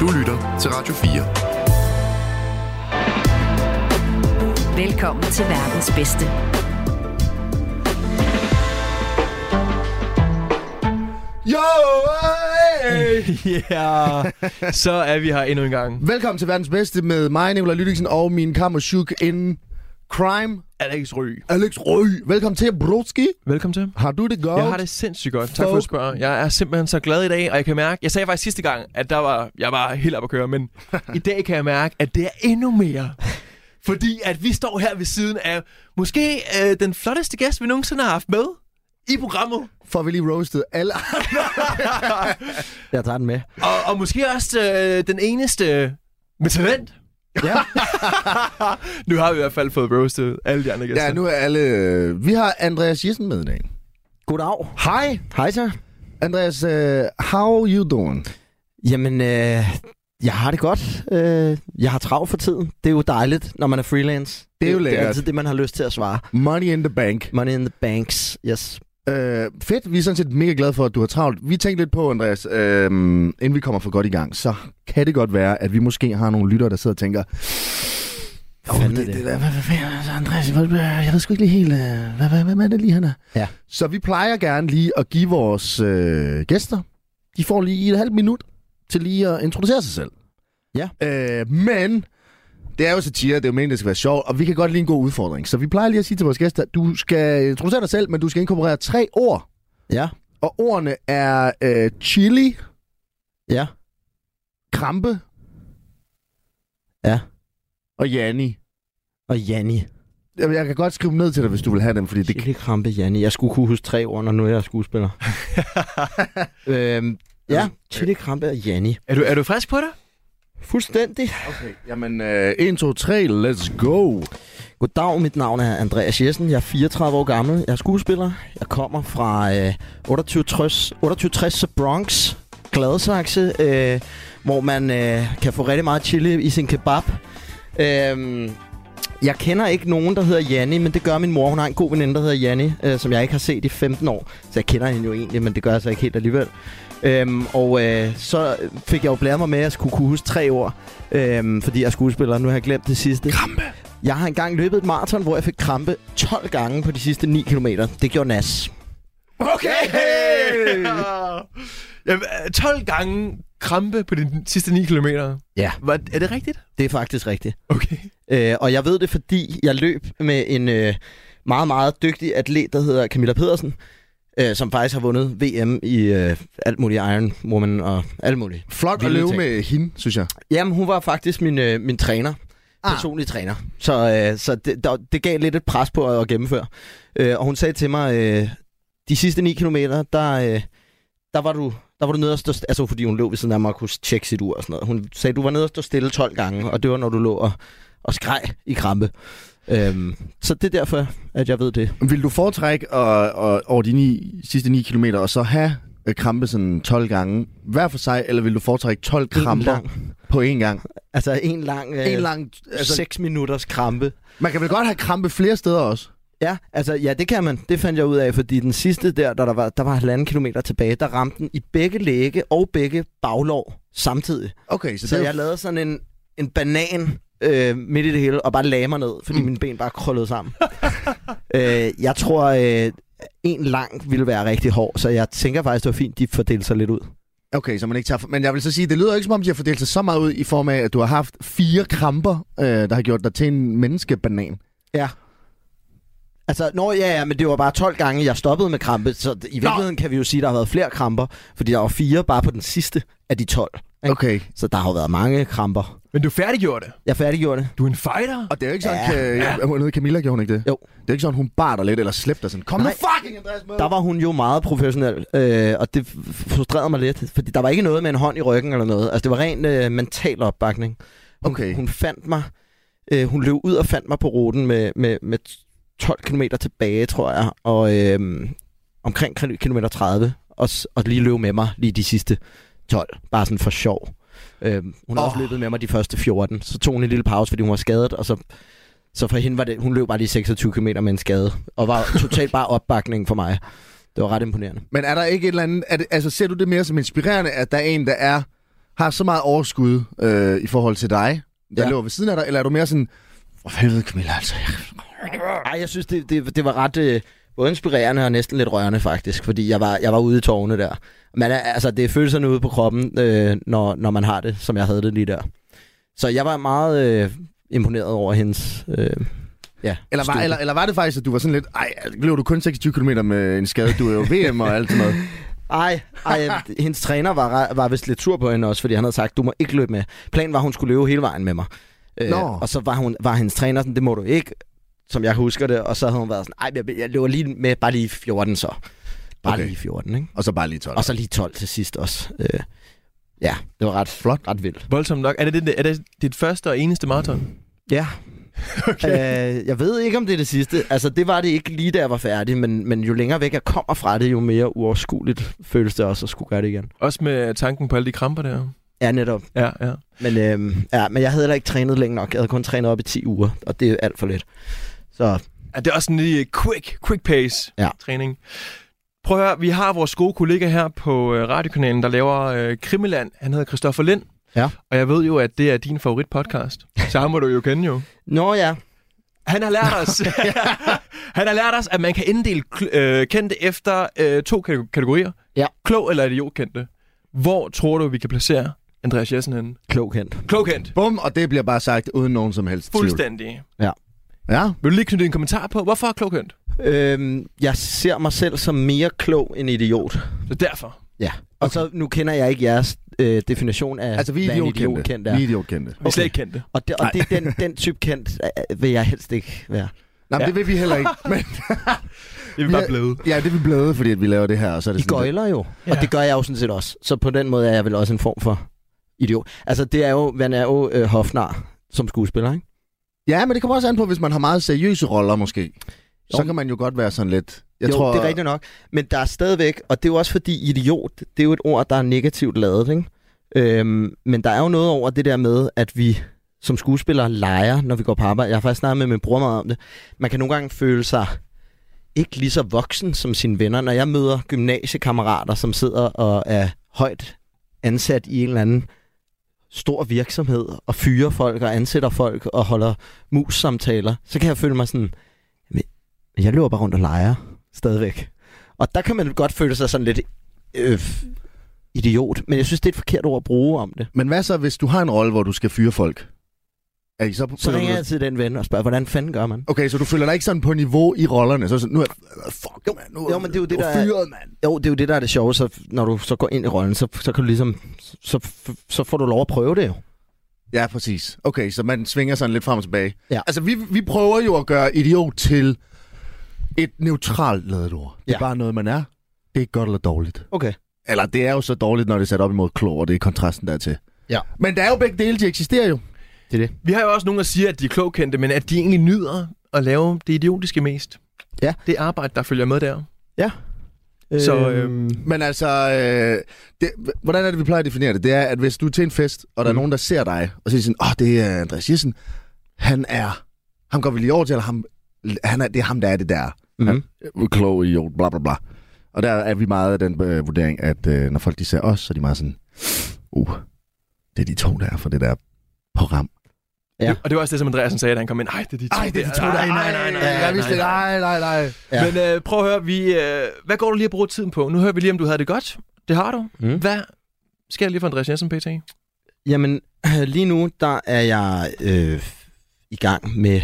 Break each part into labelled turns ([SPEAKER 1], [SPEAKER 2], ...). [SPEAKER 1] Du lytter til Radio
[SPEAKER 2] Velkommen til verdens bedste.
[SPEAKER 3] Yo! Hey!
[SPEAKER 4] Ja, yeah. så er vi her endnu en gang.
[SPEAKER 3] Velkommen til verdens bedste med mig, Nicolai Lydiksen, og min kammerchuk in crime,
[SPEAKER 4] Alex Ry.
[SPEAKER 3] Alex Røg. Velkommen til, Brodski.
[SPEAKER 4] Velkommen til.
[SPEAKER 3] Har du det godt?
[SPEAKER 4] Jeg har det sindssygt godt. Tak for at
[SPEAKER 3] Folk.
[SPEAKER 4] spørge. Jeg er simpelthen så glad i dag, og jeg kan mærke... Jeg sagde faktisk sidste gang, at der var, jeg var helt op at køre, men i dag kan jeg mærke, at det er endnu mere. Fordi at vi står her ved siden af måske øh, den flotteste gæst, vi nogensinde har haft med i programmet.
[SPEAKER 3] Får vi lige roasted alle
[SPEAKER 5] Jeg tager den med.
[SPEAKER 4] Og, og måske også øh, den eneste med talent.
[SPEAKER 5] Ja.
[SPEAKER 4] Nu har vi i hvert fald fået roastet alle de andre gæster.
[SPEAKER 3] Ja, nu er alle... øh, Vi har Andreas Jessen med i dag.
[SPEAKER 5] Goddag.
[SPEAKER 3] Hej!
[SPEAKER 5] Hej så.
[SPEAKER 3] Andreas, uh, how you doing?
[SPEAKER 5] Jamen, øh, jeg har det godt. Øh, jeg har travlt for tiden. Det er jo dejligt, når man er freelance.
[SPEAKER 3] Det er jo
[SPEAKER 5] Det
[SPEAKER 3] lækkert.
[SPEAKER 5] er altid det, man har lyst til at svare.
[SPEAKER 3] Money in the bank.
[SPEAKER 5] Money in the banks. Yes.
[SPEAKER 3] Øh, fedt, vi er sådan set mega glade for, at du har travlt. Vi tænkte lidt på, Andreas, øh, inden vi kommer for godt i gang, så kan det godt være, at vi måske har nogle lyttere, der sidder og tænker... Oh,
[SPEAKER 5] fanden
[SPEAKER 3] det,
[SPEAKER 5] er
[SPEAKER 3] det,
[SPEAKER 5] det?"
[SPEAKER 3] det, der, hvad, hvad fanden, altså, Andreas, hvad, hvad, jeg ved sgu ikke lige helt, øh, hvad, hvad, hvad, hvad er det lige, han er?
[SPEAKER 5] Ja.
[SPEAKER 3] Så vi plejer gerne lige at give vores øh, gæster, de får lige et halvt minut til lige at introducere sig selv.
[SPEAKER 5] Ja.
[SPEAKER 3] Øh, men det er jo satire, det er jo meningen, det skal være sjovt, og vi kan godt lide en god udfordring. Så vi plejer lige at sige til vores gæster, du skal introducere dig selv, men du skal inkorporere tre ord.
[SPEAKER 5] Ja.
[SPEAKER 3] Og ordene er øh, chili,
[SPEAKER 5] Ja.
[SPEAKER 3] krampe
[SPEAKER 5] Ja.
[SPEAKER 3] og Janni.
[SPEAKER 5] Og Janni.
[SPEAKER 3] Jamen, jeg kan godt skrive dem ned til dig, hvis du vil have dem, fordi det...
[SPEAKER 5] Det krampe Janni. Jeg skulle kunne huske tre ord, når nu er jeg er skuespiller. øhm, ja. Chili krampe og Janni.
[SPEAKER 4] Er du, er du frisk på det?
[SPEAKER 5] Fuldstændig.
[SPEAKER 3] Okay. Jamen, øh, 1, 2, 3, let's go.
[SPEAKER 5] Goddag, mit navn er Andreas Jessen. Jeg er 34 år gammel. Jeg er skuespiller. Jeg kommer fra øh, 2860 2860 Bronx, Gladsaxe, øh, hvor man øh, kan få rigtig meget chili i sin kebab. Øh, jeg kender ikke nogen, der hedder Janni, men det gør min mor. Hun har en god veninde, der hedder Janni, øh, som jeg ikke har set i 15 år. Så jeg kender hende jo egentlig, men det gør jeg så ikke helt alligevel. Øhm, og øh, så fik jeg jo blæret mig med, at jeg skulle kunne huske tre ord, øhm, fordi jeg er skuespiller. Nu har jeg glemt det sidste. Jeg har engang løbet et maraton, hvor jeg fik krampe 12 gange på de sidste 9 km. Det gjorde nas.
[SPEAKER 4] Okay! Jamen, øh, 12 gange krampe på de sidste 9 km.
[SPEAKER 5] Ja.
[SPEAKER 4] Var, er det rigtigt?
[SPEAKER 5] Det er faktisk rigtigt.
[SPEAKER 4] Okay.
[SPEAKER 5] Øh, og jeg ved det, fordi jeg løb med en øh, meget, meget dygtig atlet, der hedder Camilla Pedersen, øh, som faktisk har vundet VM i øh, alt muligt Iron Woman og alt muligt.
[SPEAKER 3] Flot at
[SPEAKER 5] Vilde
[SPEAKER 3] leve
[SPEAKER 5] ting.
[SPEAKER 3] med hende, synes jeg.
[SPEAKER 5] Jamen, hun var faktisk min, øh, min træner.
[SPEAKER 3] Ah.
[SPEAKER 5] Personlig træner. Så, øh, så det, der, det gav lidt et pres på at, at gennemføre. Øh, og hun sagde til mig, øh, de sidste 9 km, der, øh, der var du der var du nede og stå st- altså fordi hun lå ved siden af mig og kunne tjekke sit ur og sådan noget. Hun sagde, du var nede og stå stille 12 gange, og det var, når du lå og, og skreg i krampe. Øhm, så det er derfor, at jeg ved det.
[SPEAKER 3] Vil du foretrække og, og, over de ni, sidste 9 km og så have øh, krampe sådan 12 gange hver for sig, eller vil du foretrække 12
[SPEAKER 5] En
[SPEAKER 3] kramper
[SPEAKER 5] lang,
[SPEAKER 3] på én gang?
[SPEAKER 5] altså en lang, øh,
[SPEAKER 3] En lang... Altså,
[SPEAKER 5] 6 minutters krampe.
[SPEAKER 3] man kan vel godt have krampe flere steder også?
[SPEAKER 5] Ja, altså, ja, det kan man. Det fandt jeg ud af, fordi den sidste der, da der var, der var halvanden kilometer tilbage, der ramte den i begge læge og begge baglov samtidig.
[SPEAKER 3] Okay, så,
[SPEAKER 5] Så
[SPEAKER 3] det er
[SPEAKER 5] jeg lavede sådan en, en banan øh, midt i det hele, og bare lagde mig ned, fordi mm. mine ben bare krøllede sammen. øh, jeg tror, øh, en lang ville være rigtig hård, så jeg tænker faktisk, det var fint, de fordelte sig lidt ud.
[SPEAKER 3] Okay, så man ikke tager... For... Men jeg vil så sige, det lyder ikke som om, de har fordelt sig så meget ud i form af, at du har haft fire kramper, øh, der har gjort dig til en menneskebanan.
[SPEAKER 5] Altså, nå ja, ja, men det var bare 12 gange, jeg stoppede med krampe, så i virkeligheden kan vi jo sige, at der har været flere kramper, fordi der var fire bare på den sidste af de 12. ikke?
[SPEAKER 3] Okay.
[SPEAKER 5] Så der har jo været mange kramper.
[SPEAKER 4] Men du færdiggjorde det.
[SPEAKER 5] Jeg færdiggjorde det.
[SPEAKER 4] Du er en fighter.
[SPEAKER 3] Og det er jo ikke sådan,
[SPEAKER 5] Ja,
[SPEAKER 3] ja, ja. Jeg, noget Camilla gjorde hun ikke det?
[SPEAKER 5] Jo.
[SPEAKER 3] Det er ikke sådan, hun bar dig lidt, eller slæbte dig sådan, kom nu
[SPEAKER 5] Nej.
[SPEAKER 3] fucking Andreas med!
[SPEAKER 5] Der var hun jo meget professionel, øh, og det f- frustrerede mig lidt, fordi der var ikke noget med en hånd i ryggen eller noget. Altså, det var ren øh, mental opbakning. Hun,
[SPEAKER 3] Okay.
[SPEAKER 5] Hun fandt mig, øh, hun løb ud og fandt mig på ruten med, med, med 12 km tilbage, tror jeg, og øh, omkring km 30, og, s- og lige løb med mig lige de sidste 12, bare sådan for sjov. Øh, hun har
[SPEAKER 3] Åh.
[SPEAKER 5] oh. også løbet med mig de første 14, så tog hun en lille pause, fordi hun var skadet, og så så for hende var det, hun løb bare lige 26 km med en skade, og var totalt bare opbakning for mig. Det var ret imponerende.
[SPEAKER 3] Men er der ikke et eller andet... Er det, altså, ser du det mere som inspirerende, at der er en, der er har så meget overskud øh, i forhold til dig, der
[SPEAKER 5] Ja.
[SPEAKER 3] ja. løber ved siden af dig, eller er du mere sådan, for helvede Camilla, altså.
[SPEAKER 5] Ej, jeg synes, det, det, det var ret... Øh, både inspirerende og næsten lidt rørende faktisk, fordi jeg var, jeg var ude i tårne der. Men øh, altså, det er følelserne ude på kroppen, øh, når, når man har det, som jeg havde det lige der. Så jeg var meget øh, imponeret over hendes... Øh, ja,
[SPEAKER 3] Eller var,
[SPEAKER 5] studie.
[SPEAKER 3] eller, eller var det faktisk, at du var sådan lidt, ej, altså, løb du kun 26 km med en skade, du er jo VM og alt sådan noget.
[SPEAKER 5] Ej, ej, hendes træner var, var vist lidt sur på hende også, fordi han havde sagt, du må ikke løbe med. Planen var, at hun skulle løbe hele vejen med mig. Øh,
[SPEAKER 3] Nå.
[SPEAKER 5] og så var, hun, var hendes træner sådan, det må du ikke, som jeg husker det. Og så havde hun været sådan, ej, men jeg, jeg løber lige med, bare lige 14 så. Bare
[SPEAKER 3] Okay.
[SPEAKER 5] okay. lige 14, ikke?
[SPEAKER 3] Og så bare lige 12.
[SPEAKER 5] Og så lige 12 til sidst også. Øh, ja, det var ret flot, ret vildt.
[SPEAKER 4] Voldsomt nok. Er det, det, er det dit første og eneste maraton?
[SPEAKER 5] Ja. Okay. Øh, jeg ved ikke, om det er det sidste. Altså, det var det ikke lige, da jeg var færdig, men, men jo længere væk jeg kommer fra det, jo mere uoverskueligt føles det også at skulle gøre det igen.
[SPEAKER 4] Også med tanken på alle de kramper der.
[SPEAKER 5] Ja, netop.
[SPEAKER 4] Ja, ja.
[SPEAKER 5] Men, øhm, ja, men jeg havde heller ikke trænet længe nok. Jeg havde kun trænet op i 10 uger, og det er alt for lidt. Så
[SPEAKER 4] Ja, det er også en lige quick, quick pace
[SPEAKER 5] Ja.
[SPEAKER 4] træning. Prøv at høre, vi har vores gode kollega her på øh, radiokanalen, der laver øh, Krimiland. Han hedder Christoffer Lind.
[SPEAKER 5] Ja.
[SPEAKER 4] Og jeg ved jo, at det er din favoritpodcast. Så ham må du jo kende jo.
[SPEAKER 5] Nå ja,
[SPEAKER 4] Han har lært os, han har lært os at man kan inddele kl- øh, kendte efter øh, to kate- kategorier.
[SPEAKER 5] Ja.
[SPEAKER 4] Klog eller idiotkendte. Hvor tror du, vi kan placere Andreas Jessen henne?
[SPEAKER 5] klog kendt.
[SPEAKER 4] Klogkendt.
[SPEAKER 3] Bum, og det bliver bare sagt uden nogen som helst tvivl.
[SPEAKER 4] Fuldstændig.
[SPEAKER 3] Ja,
[SPEAKER 4] Vil du lige knytte en kommentar på, hvorfor er klogkendt?
[SPEAKER 5] Øhm, jeg ser mig selv som mere klog end idiot.
[SPEAKER 4] Så derfor.
[SPEAKER 5] Ja. Og så nu kender jeg ikke jeres øh, definition af,
[SPEAKER 3] altså vi er
[SPEAKER 5] hvad en
[SPEAKER 3] idiotkendte.
[SPEAKER 5] idiot kendt
[SPEAKER 3] Vi
[SPEAKER 5] er.
[SPEAKER 3] er idiotkendte.
[SPEAKER 4] Vi er slet
[SPEAKER 5] Okay.
[SPEAKER 4] ikke kendte.
[SPEAKER 5] Og, det, og det, den, den type kendt øh, vil jeg helst ikke være.
[SPEAKER 3] Nej, men
[SPEAKER 4] Ja.
[SPEAKER 3] det vil vi heller ikke. Men,
[SPEAKER 4] Jeg vil
[SPEAKER 3] Vi
[SPEAKER 4] bare
[SPEAKER 3] er-
[SPEAKER 4] blæde.
[SPEAKER 3] ja, det er vi blevet, fordi at vi laver det her. Og så er det
[SPEAKER 5] I
[SPEAKER 3] sådan lidt-
[SPEAKER 5] gøjler jo,
[SPEAKER 4] Ja.
[SPEAKER 5] og det gør jeg jo sådan set også. Så på den måde er jeg vel også en form for idiot. Altså, det er jo, man er jo øh, hofnar som skuespiller, ikke?
[SPEAKER 3] Ja, men det kommer også an på, hvis man har meget seriøse roller måske. Jo. Så
[SPEAKER 5] Jo.
[SPEAKER 3] kan man jo godt være sådan lidt... Jeg
[SPEAKER 5] Jeg jo,
[SPEAKER 3] tror,
[SPEAKER 5] tror, det er rigtigt nok. Men der er stadigvæk, og det er jo også fordi idiot, det er jo et ord, der er negativt lavet, ikke? Øhm, men der er jo noget over det der med, at vi som skuespillere leger, når vi går på arbejde. Jeg har faktisk snakket med min bror meget om det. Man kan nogle gange føle sig ikke lige så voksen som sine venner. Når jeg møder gymnasiekammerater, som sidder og er højt ansat i en eller anden stor virksomhed, og fyrer folk og ansætter folk og holder mus-samtaler, så kan jeg føle mig sådan, "Men jeg løber bare rundt og leger stadigvæk. Og der kan man godt føle sig sådan lidt øh, idiot, men jeg synes, det er et forkert ord at bruge om det.
[SPEAKER 3] Men hvad så, hvis du har en rolle, hvor du skal fyre folk? Er I så, på,
[SPEAKER 5] Så ringer jeg altid den ven og spørger, hvordan fanden gør man?
[SPEAKER 3] Okay, så du føler dig ikke sådan på niveau i rollerne? Så sådan, nu er jeg... Fuck, man, nu
[SPEAKER 5] jo, men det er jo det,
[SPEAKER 3] nu
[SPEAKER 5] der er-
[SPEAKER 3] fyret, mand.
[SPEAKER 5] Jo, det er jo det, der er det sjove, så når du så går ind i rollen, så, så kan du ligesom, så, så får du lov at prøve det jo.
[SPEAKER 3] Ja, præcis. Okay, så man svinger sådan lidt frem og tilbage.
[SPEAKER 5] Ja.
[SPEAKER 3] Altså, vi, vi prøver jo at gøre idiot til et neutralt lavet ord. Det er
[SPEAKER 5] Ja.
[SPEAKER 3] bare noget, man er. Det er ikke godt eller dårligt.
[SPEAKER 5] Okay.
[SPEAKER 3] Eller det er jo så dårligt, når det er sat op imod klog, og det er kontrasten dertil.
[SPEAKER 5] Ja.
[SPEAKER 3] Men der er jo begge dele, de eksisterer jo.
[SPEAKER 5] Det er det.
[SPEAKER 4] Vi har jo også nogen, der siger, at de er klogkendte, men at de egentlig nyder at lave det idiotiske mest.
[SPEAKER 5] Ja.
[SPEAKER 4] Det arbejde, der følger med der. Så,
[SPEAKER 5] Så,
[SPEAKER 4] øhm,
[SPEAKER 5] øhm,
[SPEAKER 3] Men altså, øh, det, hvordan er det, vi plejer at definere det? Det er, at hvis du er til en fest, og der mm.
[SPEAKER 5] Mm.
[SPEAKER 3] er nogen, der ser dig, og siger sådan, åh, oh, det er Andreas Jessen, han er, ham går vi lige over til, eller ham, han er, det er ham, der er det der.
[SPEAKER 5] mm,
[SPEAKER 3] Øh, Klog idiot, bla bla bla. Og der er vi meget af den øh, vurdering, at øh, når folk de ser os, så er de meget sådan, uh, det er de to, der er for det der program.
[SPEAKER 5] Ja.
[SPEAKER 4] Det, og det var også det, som Andreasen sagde, da han kom ind. Ej, det er de to. Ej, nej, nej, nej.
[SPEAKER 3] Ja, jeg vidste det. nej, nej, nej.
[SPEAKER 5] Ja.
[SPEAKER 4] Men øh, prøv at høre, vi, øh, hvad går du lige at bruge tiden på? Nu hører vi lige, om du havde det godt. Det har du.
[SPEAKER 5] mm.
[SPEAKER 4] Hvad sker der lige for Andreas Jensen, PT?
[SPEAKER 5] Jamen, lige nu, der er jeg øh, i gang med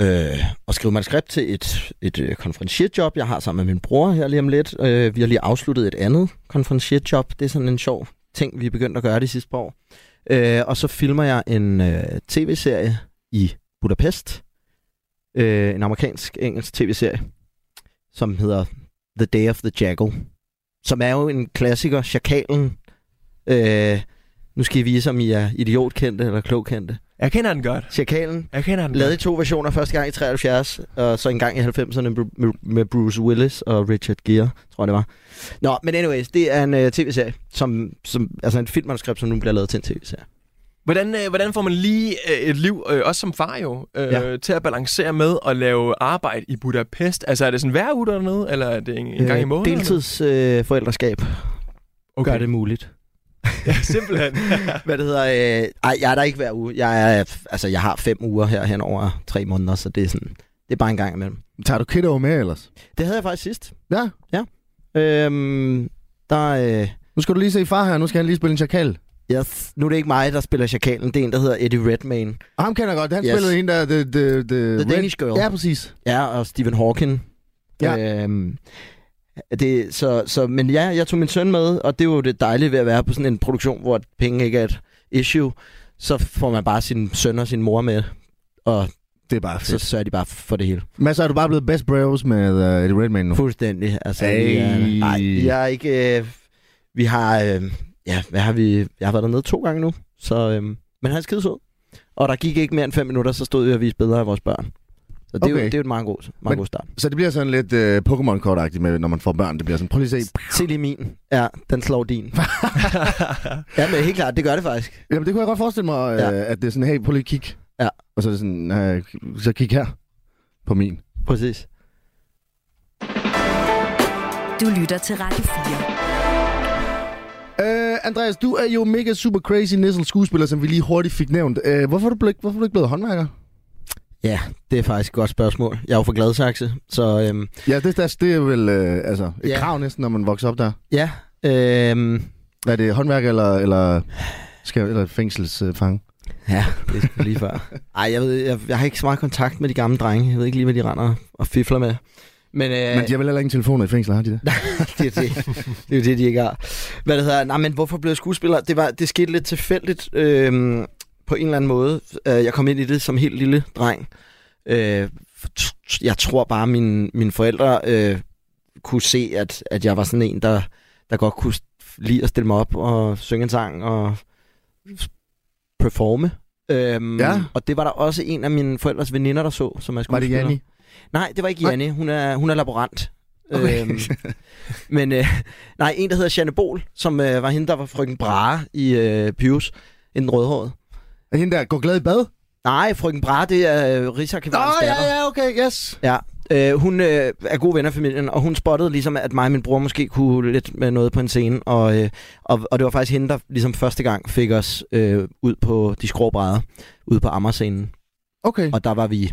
[SPEAKER 5] øh, at skrive manuskript til et, et øh, konferencierjob, jeg har sammen med min bror her lige om lidt. Øh, vi har lige afsluttet et andet konferencierjob. Det er sådan en sjov ting, vi er begyndt at gøre det sidste par år. Øh, og så filmer jeg en øh, tv-serie i Budapest. Øh, en amerikansk-engelsk tv-serie, som hedder The Day of the Jackal. Som er jo en klassiker, Chakalen. Øh, nu skal I vise, om I er idiotkendte eller klogkendte.
[SPEAKER 4] Jeg kender den godt.
[SPEAKER 5] Chakalen
[SPEAKER 4] Jeg kender den
[SPEAKER 5] lavede i
[SPEAKER 4] godt.
[SPEAKER 5] to versioner, første gang i 73, og så en gang i 90'erne med- med Bruce Willis og Richard Gere, tror jeg det var. Nå, men anyways, det er en øh, tv-serie, som, som, altså en filmmanuskript, som nu bliver lavet til en tv-serie.
[SPEAKER 4] Hvordan, øh, hvordan får man lige øh, et liv, øh, også som far jo, øh, ja.
[SPEAKER 5] Ja.
[SPEAKER 4] til at balancere med at lave arbejde i Budapest? Altså, er det sådan hver uge dernede,
[SPEAKER 5] Øh,
[SPEAKER 4] eller er det en, en gang i måneden?
[SPEAKER 5] Deltidsforældreskab øh, forældreskab
[SPEAKER 4] Okay.
[SPEAKER 5] gør det muligt.
[SPEAKER 4] Ja, simpelthen.
[SPEAKER 5] Hvad det hedder? Øh, ej, jeg er der ikke hver uge. Jeg, er, altså, jeg har fem uger her hen over tre måneder, så det er sådan... Det er bare en gang imellem.
[SPEAKER 3] Tager du kiddo med ellers?
[SPEAKER 5] Det havde jeg faktisk sidst.
[SPEAKER 3] Ja.
[SPEAKER 5] Øhm, der, øh,
[SPEAKER 3] Nu skal du lige se far her, nu skal han lige spille en chakal.
[SPEAKER 5] yes. Nu er det ikke mig, der spiller Chakalen. Det er en, der hedder Eddie Redmayne.
[SPEAKER 3] Og ham kender jeg godt, han
[SPEAKER 5] Yes.
[SPEAKER 3] yes. spillede en der... The, the, the,
[SPEAKER 5] The Danish Girl.
[SPEAKER 3] Ja, præcis.
[SPEAKER 5] Ja, og Stephen Hawking. Ja. Øhm, det, så, så, men ja, jeg tog min søn med, og det er jo det dejlige ved at være på sådan en produktion, hvor penge ikke er et issue. Så får man bare sin søn og sin mor med, og
[SPEAKER 3] Det er bare
[SPEAKER 5] så
[SPEAKER 3] fedt.
[SPEAKER 5] sørger de bare for det hele.
[SPEAKER 3] Men så er du bare blevet best bros med uh, Eddie Redmayne nu.
[SPEAKER 5] Fuldstændig. Altså,
[SPEAKER 3] Ej.
[SPEAKER 5] vi er, nej, jeg er ikke... Øh, vi har... Øh, ja, hvad har vi... Jeg har været dernede to gange nu, så... Øh, men han er skide sød. Og der gik ikke mere end fem minutter, så stod vi og viste billeder af vores børn. Så det, okay. er, jo,
[SPEAKER 3] Okay.
[SPEAKER 5] det er jo et meget god, meget
[SPEAKER 3] Men-
[SPEAKER 5] god start.
[SPEAKER 3] Så det bliver sådan lidt uh, Pokémon-kortagtigt, med, når man får børn. Det bliver sådan, prøv lige at se.
[SPEAKER 5] Se lige min. Ja, den slår din. Ja, men helt klart, det gør det faktisk.
[SPEAKER 3] Jamen, det kunne jeg godt forestille mig, uh,
[SPEAKER 5] Ja.
[SPEAKER 3] ja. at det er sådan, hey, prøv lige at kigge.
[SPEAKER 5] Ja.
[SPEAKER 3] Og så er det sådan, uh, så kig her på min.
[SPEAKER 5] Præcis.
[SPEAKER 1] Du lytter til Radio
[SPEAKER 3] Uh,
[SPEAKER 1] 4.
[SPEAKER 3] Andreas, du er jo mega super crazy nissel skuespiller, som vi lige hurtigt fik nævnt. Uh, hvorfor, er du blevet, hvorfor er du ikke blevet håndværker?
[SPEAKER 5] Ja, det er faktisk et godt spørgsmål. Jeg er jo fra Gladsaxe, så øhm,
[SPEAKER 3] Ja, det, det, det er vel uh, altså, et
[SPEAKER 5] Ja.
[SPEAKER 3] ja. krav næsten, når man vokser op der.
[SPEAKER 5] ja, øhm,
[SPEAKER 3] Er det håndværk eller, eller, skal, eller fængselsfange?
[SPEAKER 5] ja, det er sgu lige før. Ej, jeg ved, jeg, jeg har ikke så meget kontakt med de gamle drenge. Jeg ved ikke lige, hvad de render og fifler med. Men, øh,
[SPEAKER 3] Men de har vel heller ingen telefoner i fængsel, har de det?
[SPEAKER 5] det, er det. det er jo det, de ikke har. Hvad det hedder, nej, men hvorfor blev jeg skuespiller? Det, var, det skete lidt tilfældigt øhm, på en eller anden måde. Øh, jeg kom ind i det som helt lille dreng. Øh, t- jeg tror bare, mine, mine forældre øh, kunne se, at, at jeg var sådan en, der, der godt kunne st- lide at stille mig op og synge en sang og performe. Øhm,
[SPEAKER 3] Ja.
[SPEAKER 5] Og det var der også en af mine forældres veninder, der så, som er
[SPEAKER 3] Var
[SPEAKER 5] skuespiller.
[SPEAKER 3] det Janni?
[SPEAKER 5] Nej, det var ikke
[SPEAKER 3] Nej.
[SPEAKER 5] Janne. Hun er, hun er laborant.
[SPEAKER 3] Okay.
[SPEAKER 5] Øhm, men øh, nej, en, der hedder Janne Bol, som øh, var hende, der var frøken Brahe i øh, Pius, en rødhåret.
[SPEAKER 3] Er hende der, går glad i bad?
[SPEAKER 5] Nej, frøken Brahe, det er øh,
[SPEAKER 3] Nå,
[SPEAKER 5] Rigsarkivarens
[SPEAKER 3] ja,
[SPEAKER 5] datter.
[SPEAKER 3] ja, okay, yes.
[SPEAKER 5] Øh, hun øh, er god ven af familien, og hun spottede ligesom, at mig og min bror måske kunne lidt med noget på en scene. Og, øh, og, og det var faktisk hende, der ligesom første gang fik os øh, ud på de skrå brædder, ude på Amager-scenen.
[SPEAKER 3] Okay.
[SPEAKER 5] Og der var vi,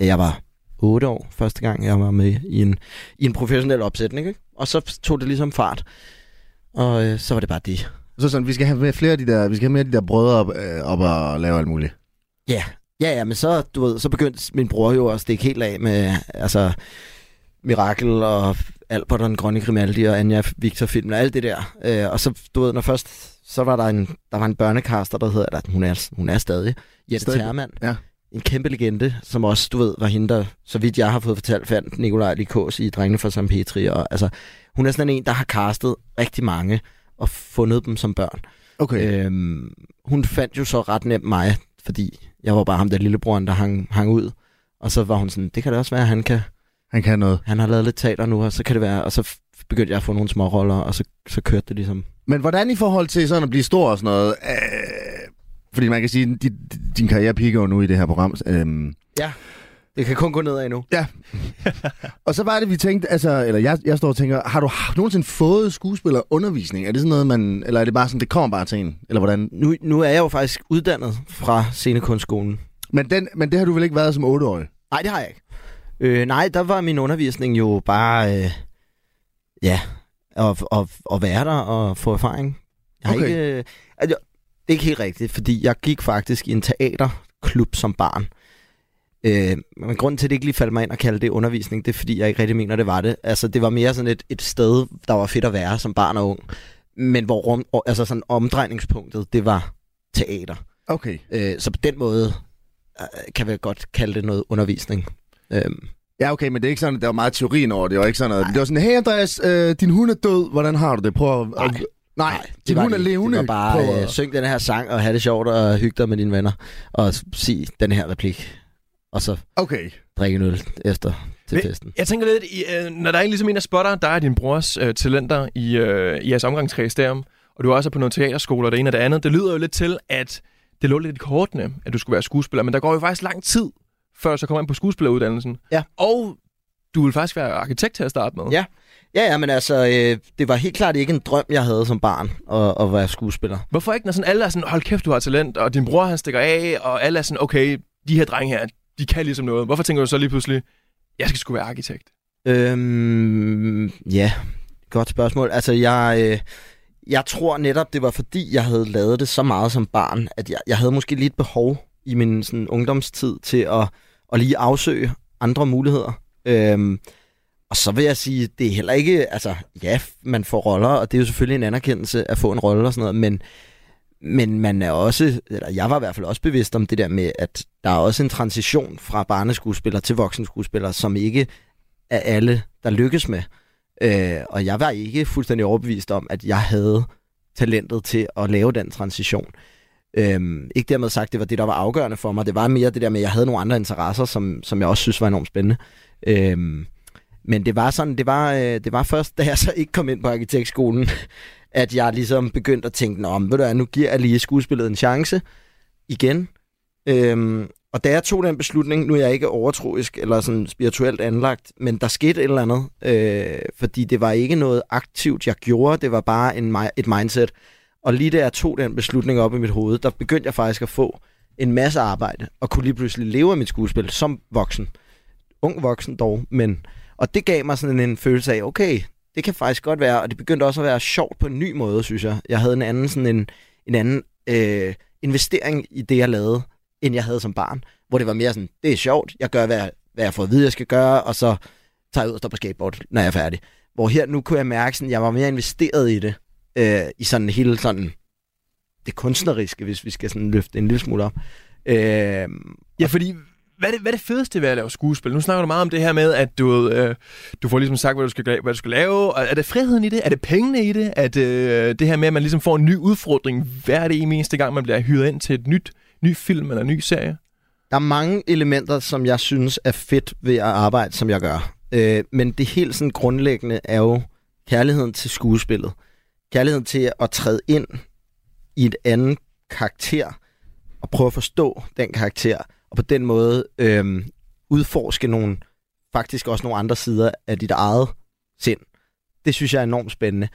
[SPEAKER 5] ja, jeg var 8 år første gang, jeg var med i en, i en professionel opsætning. Ikke? Og så tog det ligesom fart. Og øh, så var det bare det.
[SPEAKER 3] Så sådan, vi skal have mere flere af de der, vi skal have mere af de der brødre op, øh, op og lave alt muligt.
[SPEAKER 5] Ja, ja, men så, du ved, så begyndte min bror jo at stikke helt af med, altså, Mirakel og Albert og den grønne Grimaldi og Anja Victor filmen og alt det der. Øh, og så, du ved, når først, så var der en, der var en børnekaster, der hedder, eller hun er, hun er stadig, Jette
[SPEAKER 3] Stadig,
[SPEAKER 5] Termann.
[SPEAKER 3] ja.
[SPEAKER 5] En kæmpe legende, som også, du ved, var hende, der, så vidt jeg har fået fortalt, fandt Nikolaj Likås i Drengene fra St. Petri. Og, altså, hun er sådan en, der har castet rigtig mange og fundet dem som børn.
[SPEAKER 3] Okay. Øh.
[SPEAKER 5] Øhm, hun fandt jo så ret nemt mig, fordi jeg var bare ham der lillebroren, der hang, hang ud. Og så var hun sådan, det kan det også være, at han, kan,
[SPEAKER 3] Han kan noget.
[SPEAKER 5] han har lavet lidt teater nu, og så kan det være. Og så f- begyndte jeg at få nogle små roller, og så, så kørte det ligesom.
[SPEAKER 3] Men hvordan i forhold til sådan at blive stor og sådan noget? Øh, fordi man kan sige, at din, din karriere piker jo nu i det her program. Øh,
[SPEAKER 5] Det kan kun gå nedad nu.
[SPEAKER 3] og så var det, vi tænkte, altså, eller jeg, jeg står og tænker, har du haft- nogensinde fået skuespillerundervisning? Er det sådan noget, man, eller er det bare sådan, det kommer bare til en? Eller hvordan?
[SPEAKER 5] nu. Nu er jeg jo faktisk uddannet fra scenekunstskolen.
[SPEAKER 3] Men, den, men det har du vel ikke været som 8-årig?
[SPEAKER 5] Nej, det har jeg ikke. Øh, nej, der var min undervisning jo bare, øh, ja, at, at, at være der og få erfaring. Jeg har
[SPEAKER 3] Okay.
[SPEAKER 5] ikke, øh, altså, det er ikke helt rigtigt, fordi jeg gik faktisk i en teaterklub som barn. Øh, men grunden til, at det ikke lige faldt mig ind og kalde det undervisning, det er, fordi jeg ikke rigtig mener, det var det. Altså, det var mere sådan et, et sted, der var fedt at være som barn og ung. Men hvor rum, og- altså sådan omdrejningspunktet, det var teater.
[SPEAKER 3] Okay.
[SPEAKER 5] Øh, så på den måde øh, kan vi godt kalde det noget undervisning. Øhm,
[SPEAKER 3] Ja, okay, men det er ikke sådan, at der var meget teorien over det. Det var ikke sådan noget. Det var sådan, hey Andreas, øh, din hund er død. Hvordan har du det? Prøv at...
[SPEAKER 5] Nej.
[SPEAKER 3] Nej, din
[SPEAKER 5] var
[SPEAKER 3] hund er
[SPEAKER 5] ikke.
[SPEAKER 3] levende.
[SPEAKER 5] Det var bare,
[SPEAKER 3] Prøv at-
[SPEAKER 5] øh, syng den her sang og have det sjovt og hygge dig med dine venner. Og s- sig den her replik. Og så
[SPEAKER 3] Okay.
[SPEAKER 5] drikke en øl efter til
[SPEAKER 4] Men-
[SPEAKER 5] festen.
[SPEAKER 4] Jeg tænker lidt, i, øh, når der er en, ligesom en, der spotter dig og din brors øh, talenter i, øh, i jeres omgangskreds derom, og du også er på nogle teaterskoler, det ene og det andet, det lyder jo lidt til, at det lå lidt i kortene, at du skulle være skuespiller, men der går jo faktisk lang tid, før du så kommer ind på skuespilleruddannelsen.
[SPEAKER 5] Ja.
[SPEAKER 4] Og du ville faktisk være arkitekt til at starte med.
[SPEAKER 5] Ja. Ja, ja, men altså, øh, det var helt klart ikke en drøm, jeg havde som barn, at, at være skuespiller.
[SPEAKER 4] Hvorfor ikke, når sådan alle er sådan, hold kæft, du har talent, og din bror han stikker af, og alle er sådan, okay, de her drenge her, de kan ligesom noget. Hvorfor tænker du så lige pludselig, jeg skal sgu være arkitekt?
[SPEAKER 5] Øhm, ja, godt spørgsmål. Altså, jeg, øh, jeg tror netop, det var fordi, jeg havde lavet det så meget som barn, at jeg, jeg havde måske lidt behov i min sådan, ungdomstid til at, at lige afsøge andre muligheder. Øhm, og så vil jeg sige, det er heller ikke, altså ja, man får roller, og det er jo selvfølgelig en anerkendelse at få en rolle og sådan noget, men, men man er også, eller jeg var i hvert fald også bevidst om det der med, at der er også en transition fra barneskuespiller til voksenskuespiller, som ikke er alle, der lykkes med. Øh, og jeg var ikke fuldstændig overbevist om, at jeg havde talentet til at lave den transition. Øhm, ikke dermed sagt, det var det, der var afgørende for mig. Det var mere det der med, at jeg havde nogle andre interesser, som, som jeg også synes var enormt spændende. Øhm, men det var sådan, det var, øh, det var først, da jeg så ikke kom ind på arkitektskolen, at jeg ligesom begyndte at tænke, Nå, men ved du hvad, nu giver jeg lige skuespillet en chance igen. Øhm, og da jeg tog den beslutning, nu er jeg ikke overtroisk eller sådan spirituelt anlagt, men der skete et eller andet, øh, fordi det var ikke noget aktivt, jeg gjorde, det var bare en, mi- et mindset. Og lige da jeg tog den beslutning op i mit hoved, der begyndte jeg faktisk at få en masse arbejde, og kunne lige pludselig leve af mit skuespil som voksen. Ung voksen dog, men... Og det gav mig sådan en følelse af, okay, det kan faktisk godt være, og det begyndte også at være sjovt på en ny måde, synes jeg. Jeg havde en anden, sådan en, en anden øh, investering i det, jeg lavede, end jeg havde som barn. Hvor det var mere sådan, det er sjovt, jeg gør, hvad, hvad jeg får at vide, jeg skal gøre, og så tager jeg ud og står på skateboard, når jeg er færdig. Hvor her nu kunne jeg mærke, at jeg var mere investeret i det, øh, i sådan hele sådan det kunstneriske, hvis vi skal sådan løfte en lille smule op. Øh,
[SPEAKER 4] Ja, fordi hvad er, det, hvad er det fedeste ved at lave skuespil? Nu snakker du meget om det her med, at du, ved, øh, du får ligesom sagt, hvad du, skal, hvad du skal lave. Og Er det friheden i det? Er det pengene i det? Er det øh, det her med, at man ligesom får en ny udfordring hver det eneste gang, man bliver hyret ind til et nyt, ny film eller en ny serie?
[SPEAKER 5] Der er mange elementer, som jeg synes er fedt ved at arbejde, som jeg gør. Øh, men det helt sådan grundlæggende er jo kærligheden til skuespillet. Kærligheden til at træde ind i et andet karakter og prøve at forstå den karakter. Og på den måde øh, udforske nogle, faktisk også nogle andre sider af dit eget sind. Det synes jeg er enormt spændende.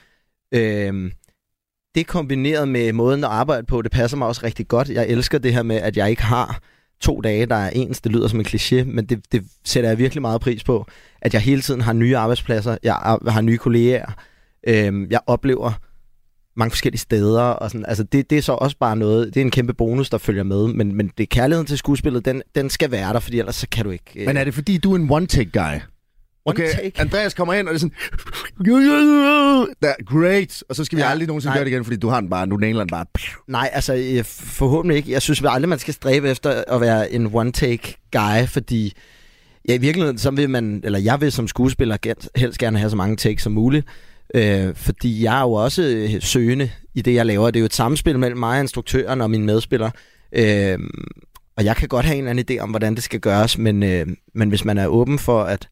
[SPEAKER 5] Øh, det kombineret med måden at arbejde på, det passer mig også rigtig godt. Jeg elsker det her med, at jeg ikke har to dage, der er ens. Det lyder som en kliché, men det, det sætter jeg virkelig meget pris på. At jeg hele tiden har nye arbejdspladser, jeg ar- har nye kolleger, øhm, jeg oplever mange forskellige steder. Og sådan. Altså det, det er så også bare noget, det er en kæmpe bonus, der følger med, men, men det er kærligheden til skuespillet, den, den skal være der, fordi ellers så kan du ikke... Øh,
[SPEAKER 3] Men er det fordi, du er en one-take-guy? Okay,
[SPEAKER 5] take.
[SPEAKER 3] Andreas kommer ind, og det er sådan... Der, great! Og så skal vi
[SPEAKER 5] Ja,
[SPEAKER 3] ja, aldrig nogensinde
[SPEAKER 5] nej.
[SPEAKER 3] gøre det igen, fordi du har den bare, nu er den ene eller anden bare...
[SPEAKER 5] Nej, altså øh, forhåbentlig ikke. Jeg synes aldrig, man skal stræbe efter at være en one-take-guy, fordi ja, i virkeligheden, så vil man, eller jeg vil som skuespiller gen- helst gerne have så mange takes som muligt, øh, fordi jeg er jo også øh, søgende i det, jeg laver. Det er jo et samspil mellem mig, og instruktøren og mine medspillere, øh, og jeg kan godt have en eller anden idé om, hvordan det skal gøres, men, øh, men hvis man er åben for, at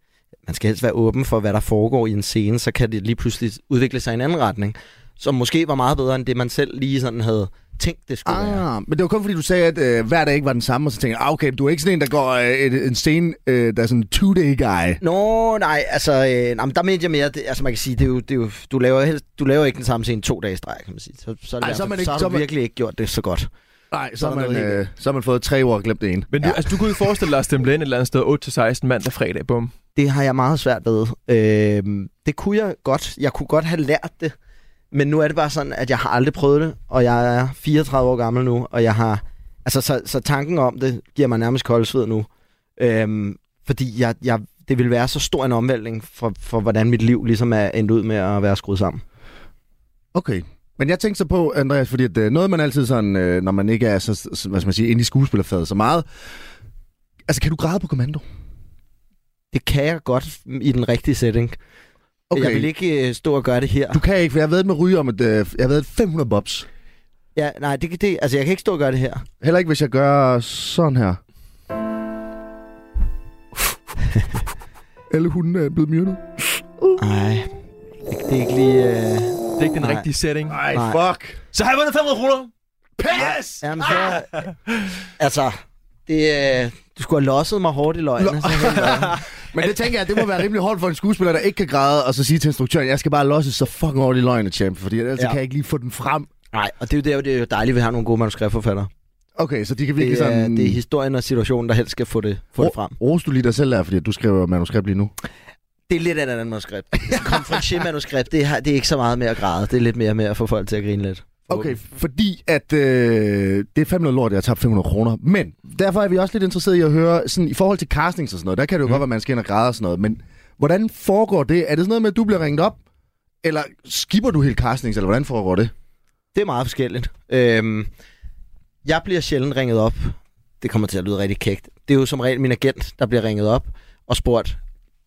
[SPEAKER 5] man skal helst være åben for, hvad der foregår i en scene, så kan det lige pludselig udvikle sig i en anden retning, som måske var meget bedre end det, man selv lige sådan havde tænkt, det skulle ah. være.
[SPEAKER 3] Ah, men det var kun fordi, du sagde, at øh, hver dag ikke var den samme, og så tænkte jeg, ah, okay, du er ikke sådan en, der går øh, et, en scene, øh, der er sådan en two-day-guy.
[SPEAKER 5] Nå, nej, altså, øh, nej, men der mente jeg mere, det, altså man kan sige, det er jo, det er jo, du, laver helst, du laver ikke den samme scene to dage i streg, kan man sige. Så, så, er det
[SPEAKER 3] Ej, så er
[SPEAKER 5] derfor-
[SPEAKER 3] man ikke-
[SPEAKER 5] så har
[SPEAKER 3] så
[SPEAKER 5] du
[SPEAKER 3] er man-
[SPEAKER 5] virkelig ikke gjort det så godt.
[SPEAKER 3] Nej, så,
[SPEAKER 5] Så er
[SPEAKER 3] har
[SPEAKER 5] der
[SPEAKER 3] man,
[SPEAKER 5] noget helt
[SPEAKER 3] øh, så har man fået tre år og glemt det ene.
[SPEAKER 4] Men ja. du, altså, du kunne jo forestille dig at stemple ind et eller andet sted 8-16 mandag fredag, bum.
[SPEAKER 5] Det har jeg meget svært ved. Øh, det kunne jeg godt, jeg kunne godt have lært det, men nu er det bare sådan, at jeg har aldrig prøvet det, og jeg er 34 år gammel nu, og jeg har, altså så, så tanken om det giver mig nærmest koldsved nu, øh, fordi jeg, jeg, det ville være så stor en omvæltning for, for, hvordan mit liv ligesom er endt ud med at være skruet sammen.
[SPEAKER 3] Okay. Men jeg tænkte så på, Andreas, fordi at, øh, noget man altid sådan, øh, når man ikke er så, så- hvad skal man sige, inde i skuespillerfaget så meget, altså kan du græde på kommando?
[SPEAKER 5] Det kan jeg godt i den rigtige setting. Okay. Jeg vil ikke øh, stå og gøre det her.
[SPEAKER 3] Du kan ikke, for jeg har været med ryge om, at øh, jeg har været 500 bobs.
[SPEAKER 5] Ja, nej, det, kan- det, altså, jeg kan ikke stå og gøre det her.
[SPEAKER 3] Heller ikke, hvis jeg gør sådan her. Alle hundene er blevet myrdet.
[SPEAKER 5] Nej, det er ikke lige... Øh...
[SPEAKER 4] Det er ikke den
[SPEAKER 5] Nej.
[SPEAKER 4] rigtige setting.
[SPEAKER 3] Ej,
[SPEAKER 5] Nej.
[SPEAKER 3] fuck.
[SPEAKER 4] Så har jeg vundet 500 kroner. Yes!
[SPEAKER 5] Jamen, så, altså, det, øh, Du skulle have losset mig hårdt i løgene. så havde altså, jeg været-
[SPEAKER 3] Men det tænker jeg, det må være rimelig hårdt for en skuespiller, der ikke kan græde, og så sige til instruktøren, jeg skal bare losse så fucking ordentligt løgne, champ, fordi ellers
[SPEAKER 5] Ja.
[SPEAKER 3] ja. kan jeg ikke lige få den frem.
[SPEAKER 5] Nej, og det er jo, det, er jo- det er jo dejligt, at vi har nogle gode manuskriptforfattere.
[SPEAKER 3] Okay, så de kan virkelig
[SPEAKER 5] Det er,
[SPEAKER 3] sådan...
[SPEAKER 5] det er historien og situationen, der helst skal få det, få det frem.
[SPEAKER 3] Rose du lige dig selv der, fordi du skriver manuskript lige nu.
[SPEAKER 5] Det er lidt af et andet manuskript. Konferencier-manuskript, det, har- det er ikke så meget med at græde. Det er lidt mere med at få folk til at grine lidt.
[SPEAKER 3] Okay, fordi at øh, det er fandme noget lort, at jeg har tabt 500 kroner. Men derfor er vi også lidt interesseret i at høre, sådan, i forhold til castings og sådan noget, der kan
[SPEAKER 5] Mhm.
[SPEAKER 3] det jo mm. godt være, at man skal ind og græde og sådan noget, men hvordan foregår det? Er det sådan noget med, at du bliver ringet op? Eller skipper du helt castings, eller hvordan foregår det?
[SPEAKER 5] Det er meget forskelligt. Øhm, jeg bliver sjældent ringet op. Det kommer til at lyde rigtig kægt. Det er jo som regel min agent, der bliver ringet op og spurgt,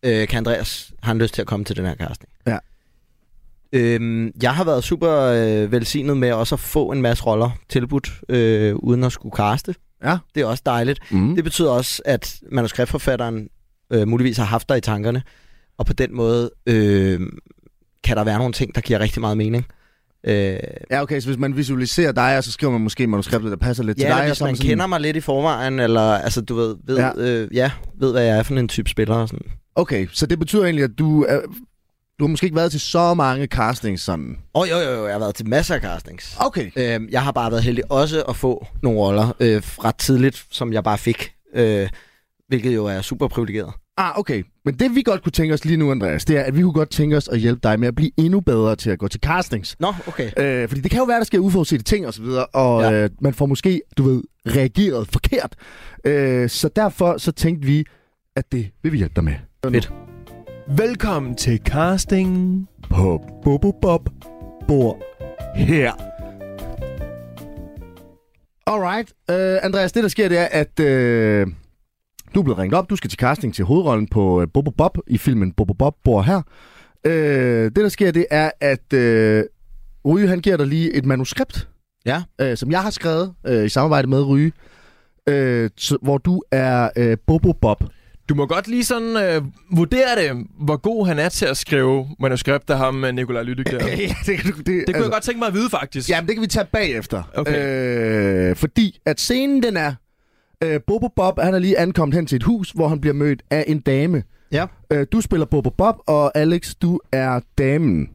[SPEAKER 5] øh, kan Andreas, har han lyst til at komme til den her casting?
[SPEAKER 3] Ja.
[SPEAKER 5] Øhm, jeg har været super øh, velsignet med også at få en masse roller tilbudt, øh, uden at skulle kaste.
[SPEAKER 3] Ja.
[SPEAKER 5] Det er også dejligt.
[SPEAKER 3] Mm.
[SPEAKER 5] Det betyder også, at manuskriptforfatteren øh, muligvis har haft dig i tankerne, og på den måde øh, kan der være nogle ting, der giver rigtig meget mening. Øh,
[SPEAKER 3] Ja, okay, så hvis man visualiserer dig, og så skriver man måske manuskriptet, der passer lidt til
[SPEAKER 5] ja,
[SPEAKER 3] dig.
[SPEAKER 5] eller
[SPEAKER 3] og
[SPEAKER 5] hvis
[SPEAKER 3] så er
[SPEAKER 5] man
[SPEAKER 3] sådan-
[SPEAKER 5] kender mig lidt i forvejen, eller altså, du ved, ved,
[SPEAKER 3] Ja.
[SPEAKER 5] ja. Øh, ja, ved, hvad jeg er for en type spiller. Og sådan.
[SPEAKER 3] Okay, så det betyder egentlig, at du, er, du har måske ikke været til så mange castings sådan.
[SPEAKER 5] Åh, jo, jo, jo, jeg har været til masser af castings.
[SPEAKER 3] Okay.
[SPEAKER 5] Øh, jeg har bare været heldig også at få nogle roller øh, ret tidligt, som jeg bare fik, øh, hvilket jo er super privilegeret.
[SPEAKER 3] Ah, okay. Men det vi godt kunne tænke os lige nu, Andreas, det er, at vi kunne godt tænke os at hjælpe dig med at blive endnu bedre til at gå til castings.
[SPEAKER 5] Nå, okay.
[SPEAKER 3] Øh, fordi det kan jo være, der sker uforudsete ting og så videre, og
[SPEAKER 5] Ja.
[SPEAKER 3] ja. øh, man får måske, du ved, reageret forkert. Øh, så derfor så tænkte vi, at det vil vi hjælpe dig med.
[SPEAKER 5] Fedt.
[SPEAKER 4] Velkommen til casting.
[SPEAKER 3] På Bobo Bob bor her. Alright. Uh, Andreas, det der sker, det er, at uh, du er blevet ringet op. Du skal til casting til hovedrollen på uh, Bobo Bob i filmen Bobo Bob bor her. Uh, det der sker, det er, at uh, Ryge han giver dig lige et manuskript,
[SPEAKER 5] Ja.
[SPEAKER 3] uh, som jeg har skrevet uh, i samarbejde med Ryge. Øh, så- hvor du er øh, Bobo Bob.
[SPEAKER 4] Du må godt lige sådan øh, vurdere det, hvor god han er til at skrive manuskript af ham, øh, Nikolaj Lydik der. Det
[SPEAKER 3] det, kan du- det,
[SPEAKER 4] kunne jeg godt tænke mig at vide, faktisk.
[SPEAKER 3] Jamen, det kan vi tage bagefter.
[SPEAKER 4] Okay.
[SPEAKER 3] Øh, fordi at scenen, den er... Øh, Bobo Bob, han er lige ankommet hen til et hus, hvor han bliver mødt af en dame.
[SPEAKER 5] Ja.
[SPEAKER 3] Øh, du spiller Bobo Bob, og Alex, du er damen.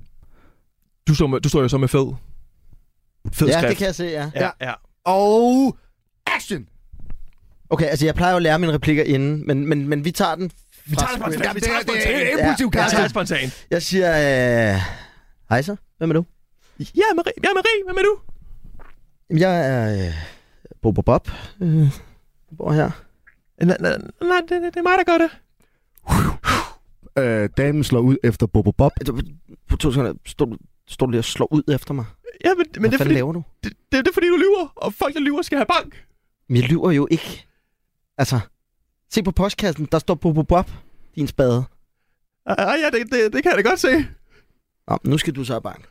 [SPEAKER 4] Du, står med, du står jo så med fed. Fed
[SPEAKER 5] Ja,
[SPEAKER 4] skrift.
[SPEAKER 5] det kan jeg se, ja.
[SPEAKER 4] Ja, ja.
[SPEAKER 3] Og action!
[SPEAKER 5] Okay, altså jeg plejer jo at lære mine replikker inden, men, men, men vi tager den.
[SPEAKER 4] Vi tager det spontant.
[SPEAKER 3] Jamen,
[SPEAKER 4] Vi
[SPEAKER 3] det
[SPEAKER 4] tager
[SPEAKER 3] er-
[SPEAKER 4] det
[SPEAKER 3] det er
[SPEAKER 4] spontant.
[SPEAKER 3] en impulsiv
[SPEAKER 4] Vi tager
[SPEAKER 3] karakter.
[SPEAKER 4] det spontant.
[SPEAKER 5] Jeg siger, øh... hej så, hvem er du?
[SPEAKER 4] Ja, Marie. Ja, Marie. Hvad med du?
[SPEAKER 5] Jamen, jeg er øh, Bobo Bob, øh, jeg bor her.
[SPEAKER 4] Nej, nej, nej det, det, er mig, der gør det.
[SPEAKER 3] Øh, damen slår ud efter Bobo Bob.
[SPEAKER 5] Du, på to sekunder, står du- står du lige og slår ud efter mig?
[SPEAKER 4] Ja, men, men
[SPEAKER 5] Hvad
[SPEAKER 4] det, er
[SPEAKER 5] fanden
[SPEAKER 4] fordi,
[SPEAKER 5] laver du?
[SPEAKER 4] det, det, det er fordi, du lyver. Og folk, der lyver, skal have bank.
[SPEAKER 5] Men jeg lyver jo ikke. Altså, se på postkassen, der står Bobo Bob, din spade.
[SPEAKER 4] Ah, ja, det, det, det kan jeg da godt se.
[SPEAKER 5] Nå, nu skal du så have bank.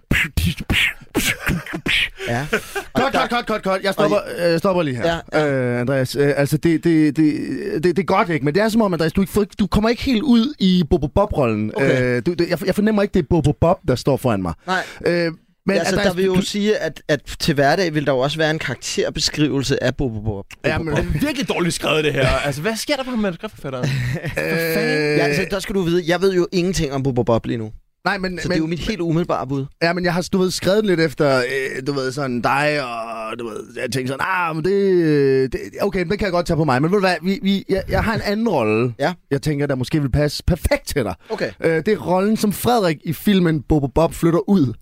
[SPEAKER 5] Ja.
[SPEAKER 3] Godt, godt, godt, godt, godt. Jeg stopper, øh, jeg stopper lige her,
[SPEAKER 5] Ja,
[SPEAKER 3] ja, ja. Øh, Andreas. Øh, altså, det, det, det, det, det er godt ikke, men det er som om, Andreas, du, ikke, får- du kommer ikke helt ud i Bobo Bob-rollen.
[SPEAKER 5] Okay.
[SPEAKER 3] Øh, du, det, jeg, jeg fornemmer ikke, det er Bobo Bob, der står foran mig.
[SPEAKER 5] Nej,
[SPEAKER 3] Øh,
[SPEAKER 5] men altså, der vil jo
[SPEAKER 3] du-
[SPEAKER 5] sige, at, at til hverdag vil der jo også være en karakterbeskrivelse af Bobo Bob.
[SPEAKER 3] Ja,
[SPEAKER 5] Bobo
[SPEAKER 3] men-
[SPEAKER 5] Bob.
[SPEAKER 4] Det er virkelig dårligt skrevet, det her. Altså, hvad sker der på manuskriptforfatteren?
[SPEAKER 5] Ja,
[SPEAKER 3] øh,
[SPEAKER 5] altså, der skal du vide, jeg ved jo ingenting om Bobo Bob lige nu.
[SPEAKER 3] Nej, men,
[SPEAKER 5] Så men,
[SPEAKER 3] men,
[SPEAKER 5] det er jo mit helt umiddelbare bud.
[SPEAKER 3] ja, men jeg har du ved, skrevet lidt efter, øh, du ved, sådan dig, og du ved, jeg tænkte sådan, ah, men det, øh, det okay, men det kan jeg godt tage på mig, men ved du hvad, vi, vi, jeg, jeg har en anden rolle,
[SPEAKER 5] Ja.
[SPEAKER 3] jeg tænker, der måske vil passe perfekt til dig.
[SPEAKER 5] Okay,
[SPEAKER 3] Øh, det er rollen, som Frederik i filmen Bobo Bob flytter ud.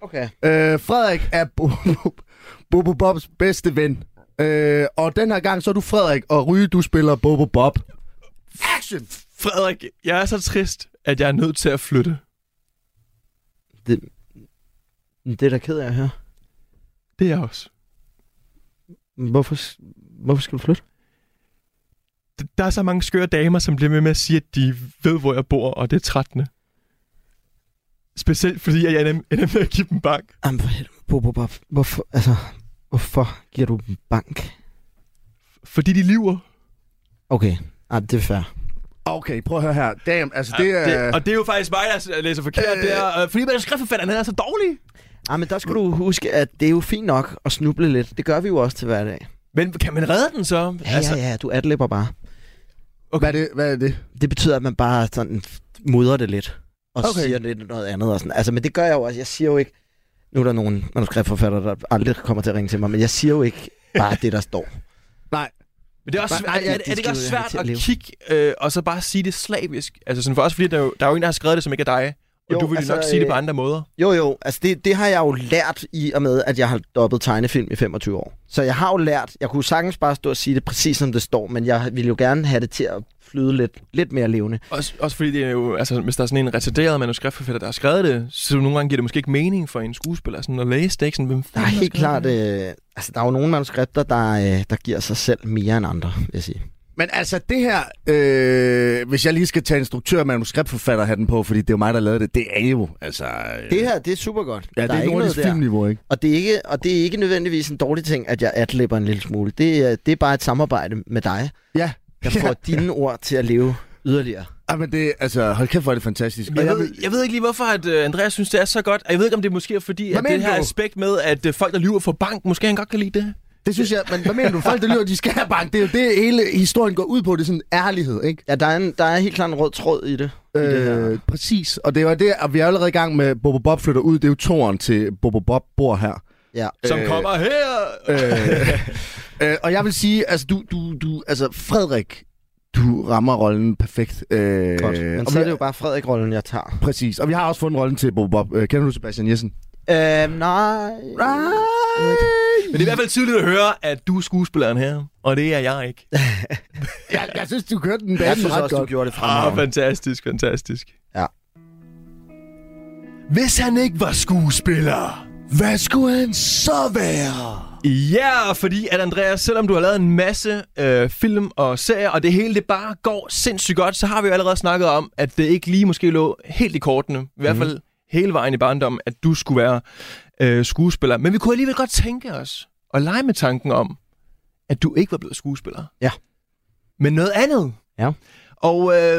[SPEAKER 5] okay.
[SPEAKER 3] Øh, Frederik er Bobo, Bobo Bobs bedste ven, øh, og den her gang, så er du Frederik, og Ryge, du spiller Bobo Bob. Action!
[SPEAKER 4] Frederik, jeg er så trist, at jeg er nødt til at flytte.
[SPEAKER 5] Det, det er da ked af at høre.
[SPEAKER 4] Det er jeg også.
[SPEAKER 5] Hvorfor, hvorfor skal du flytte?
[SPEAKER 4] D- Der er så mange skøre damer, som bliver med med at sige, at de ved, hvor jeg bor, og det er trættende. Specielt fordi, at jeg ender ender med at give dem bank.
[SPEAKER 5] Jamen, for helvede, Bobo Bob. Hvorfor, altså, hvorfor giver du dem bank?
[SPEAKER 4] Fordi de lyver.
[SPEAKER 5] Okay, ah, det er fair.
[SPEAKER 3] Okay, prøv at høre her. Damn, altså det
[SPEAKER 4] Ja,
[SPEAKER 3] er...
[SPEAKER 4] det, og det er jo faktisk mig, der s- læser forkert.
[SPEAKER 3] Øh.
[SPEAKER 4] Øh, det er, øh, fordi manuskriptforfatteren er så dårlig.
[SPEAKER 5] Ah, men der skal du huske, at det er jo fint nok at snuble lidt. Det gør vi jo også til hverdag.
[SPEAKER 4] Men kan man redde den så? Altså,
[SPEAKER 5] Ja, ja, ja, du adlipper bare.
[SPEAKER 3] Okay. Hvad, er det, hvad er det?
[SPEAKER 5] Det betyder, at man bare sådan mudrer det lidt. Og
[SPEAKER 3] Okay.
[SPEAKER 5] okay. siger lidt noget andet. Og sådan. Altså, men det gør jeg jo også. Jeg siger jo ikke... Nu er der nogle manuskriptforfattere, der aldrig kommer til at ringe til mig, men jeg siger jo ikke bare det, der står.
[SPEAKER 3] Nej.
[SPEAKER 4] Men det er, også
[SPEAKER 5] Bare-
[SPEAKER 4] svært,
[SPEAKER 5] Ej,
[SPEAKER 4] er, er, det
[SPEAKER 5] det
[SPEAKER 4] ikke også
[SPEAKER 5] skal jo have
[SPEAKER 4] svært
[SPEAKER 5] til at
[SPEAKER 4] at
[SPEAKER 5] leve.
[SPEAKER 4] kigge øh, og så bare sige det slavisk? Altså sådan for os, fordi der er, jo, der er jo en, der har skrevet det, som ikke er dig. Og
[SPEAKER 5] Jo,
[SPEAKER 4] jo, du ville
[SPEAKER 5] altså,
[SPEAKER 4] altså, nok sige det på
[SPEAKER 5] øh,
[SPEAKER 4] andre måder.
[SPEAKER 5] Jo, jo. Altså, det, det har jeg jo lært i og med, at jeg har dobbet tegnefilm i 25 år. Så jeg har jo lært... Jeg kunne sagtens bare stå og sige det præcis, som det står, men jeg ville jo gerne have det til at flyde lidt, lidt mere levende.
[SPEAKER 4] Også, også fordi det er jo, altså, hvis der er sådan en retarderet manuskriptforfatter, der har skrevet det, så nogle gange giver det måske ikke mening for en skuespiller sådan at læse det, ikke? Sådan, hvem
[SPEAKER 5] Der er
[SPEAKER 4] fanden
[SPEAKER 5] helt
[SPEAKER 4] skrevet
[SPEAKER 5] klart... Øh, altså, der er jo nogle manuskripter, der, øh, der giver sig selv mere end andre, vil jeg sige.
[SPEAKER 3] Men altså det her, øh, hvis jeg lige skal tage instruktør og manuskriptforfatter hatten på, fordi det er jo mig, der lavede det, det er jo, altså... Øh,
[SPEAKER 5] Det her, det er super godt.
[SPEAKER 3] ja, det er, er nordisk filmniveau, ikke?
[SPEAKER 5] Og det, er ikke, og det er ikke nødvendigvis en dårlig ting, at jeg adlipper en lille smule. Det er, det er bare et samarbejde med dig,
[SPEAKER 3] Ja.
[SPEAKER 5] der får dine ord til at leve yderligere.
[SPEAKER 3] Ja, men det, altså, hold kæft, hvor er det fantastisk. Og
[SPEAKER 4] Jeg ved, jeg ved ikke lige, hvorfor at øh, Andreas synes, det er så godt. Og Jeg ved ikke, om det måske er fordi,
[SPEAKER 3] Hvad
[SPEAKER 4] at det
[SPEAKER 3] mener
[SPEAKER 4] her
[SPEAKER 3] du?
[SPEAKER 4] aspekt med, at øh, folk, der lyver for bank, måske han godt kan lide det.
[SPEAKER 3] Det synes jeg, men hvad mener du? Folk, der lyver, de skal have bank. Det er jo det, hele historien går ud på. Det er sådan ærlighed, ikke?
[SPEAKER 5] Ja, der er, en, der er helt klart en rød tråd i det. I det her.
[SPEAKER 3] Øh, præcis. Og det var det, og vi er allerede i gang med Bobo Bob flytter ud. Det er jo toren til Bobo Bob bor her.
[SPEAKER 5] Ja.
[SPEAKER 4] Som
[SPEAKER 3] Øh,
[SPEAKER 4] kommer her!
[SPEAKER 3] Øh, øh, og jeg vil sige, altså, du, du, du, altså, Frederik, du rammer rollen perfekt. Øh,
[SPEAKER 5] Godt. Men
[SPEAKER 3] og
[SPEAKER 5] så
[SPEAKER 3] vi-
[SPEAKER 5] er det jo bare Frederik-rollen, jeg tager.
[SPEAKER 3] Præcis. Og vi har også fundet rollen til Bobo Bob. Øh, kender du Sebastian Jessen?
[SPEAKER 5] Øh, nej.
[SPEAKER 4] Men det er i hvert fald tydeligt at høre, at du er skuespilleren her, og det er jeg ikke.
[SPEAKER 3] Jeg, jeg synes, du kørte den
[SPEAKER 5] Jeg
[SPEAKER 3] banen
[SPEAKER 5] synes
[SPEAKER 3] ret
[SPEAKER 5] også, du
[SPEAKER 3] godt.
[SPEAKER 5] gjorde det
[SPEAKER 4] Ah,
[SPEAKER 5] fremragende.
[SPEAKER 4] fantastisk, fantastisk.
[SPEAKER 5] Ja.
[SPEAKER 4] Hvis han ikke var skuespiller,
[SPEAKER 3] Hvad skulle han så være?
[SPEAKER 4] Ja, fordi at Andreas, selvom du har lavet en masse øh, film og serier, og det hele det bare går sindssygt godt, så har vi jo allerede snakket om, at det ikke lige måske lå helt i kortene, i hvert
[SPEAKER 5] Mhm.
[SPEAKER 4] fald hele vejen i barndommen, at du skulle være øh, skuespiller. Men vi kunne alligevel godt tænke os at lege med tanken om, at du ikke var blevet skuespiller.
[SPEAKER 5] Ja.
[SPEAKER 4] Men noget andet.
[SPEAKER 5] Ja.
[SPEAKER 4] Og øh,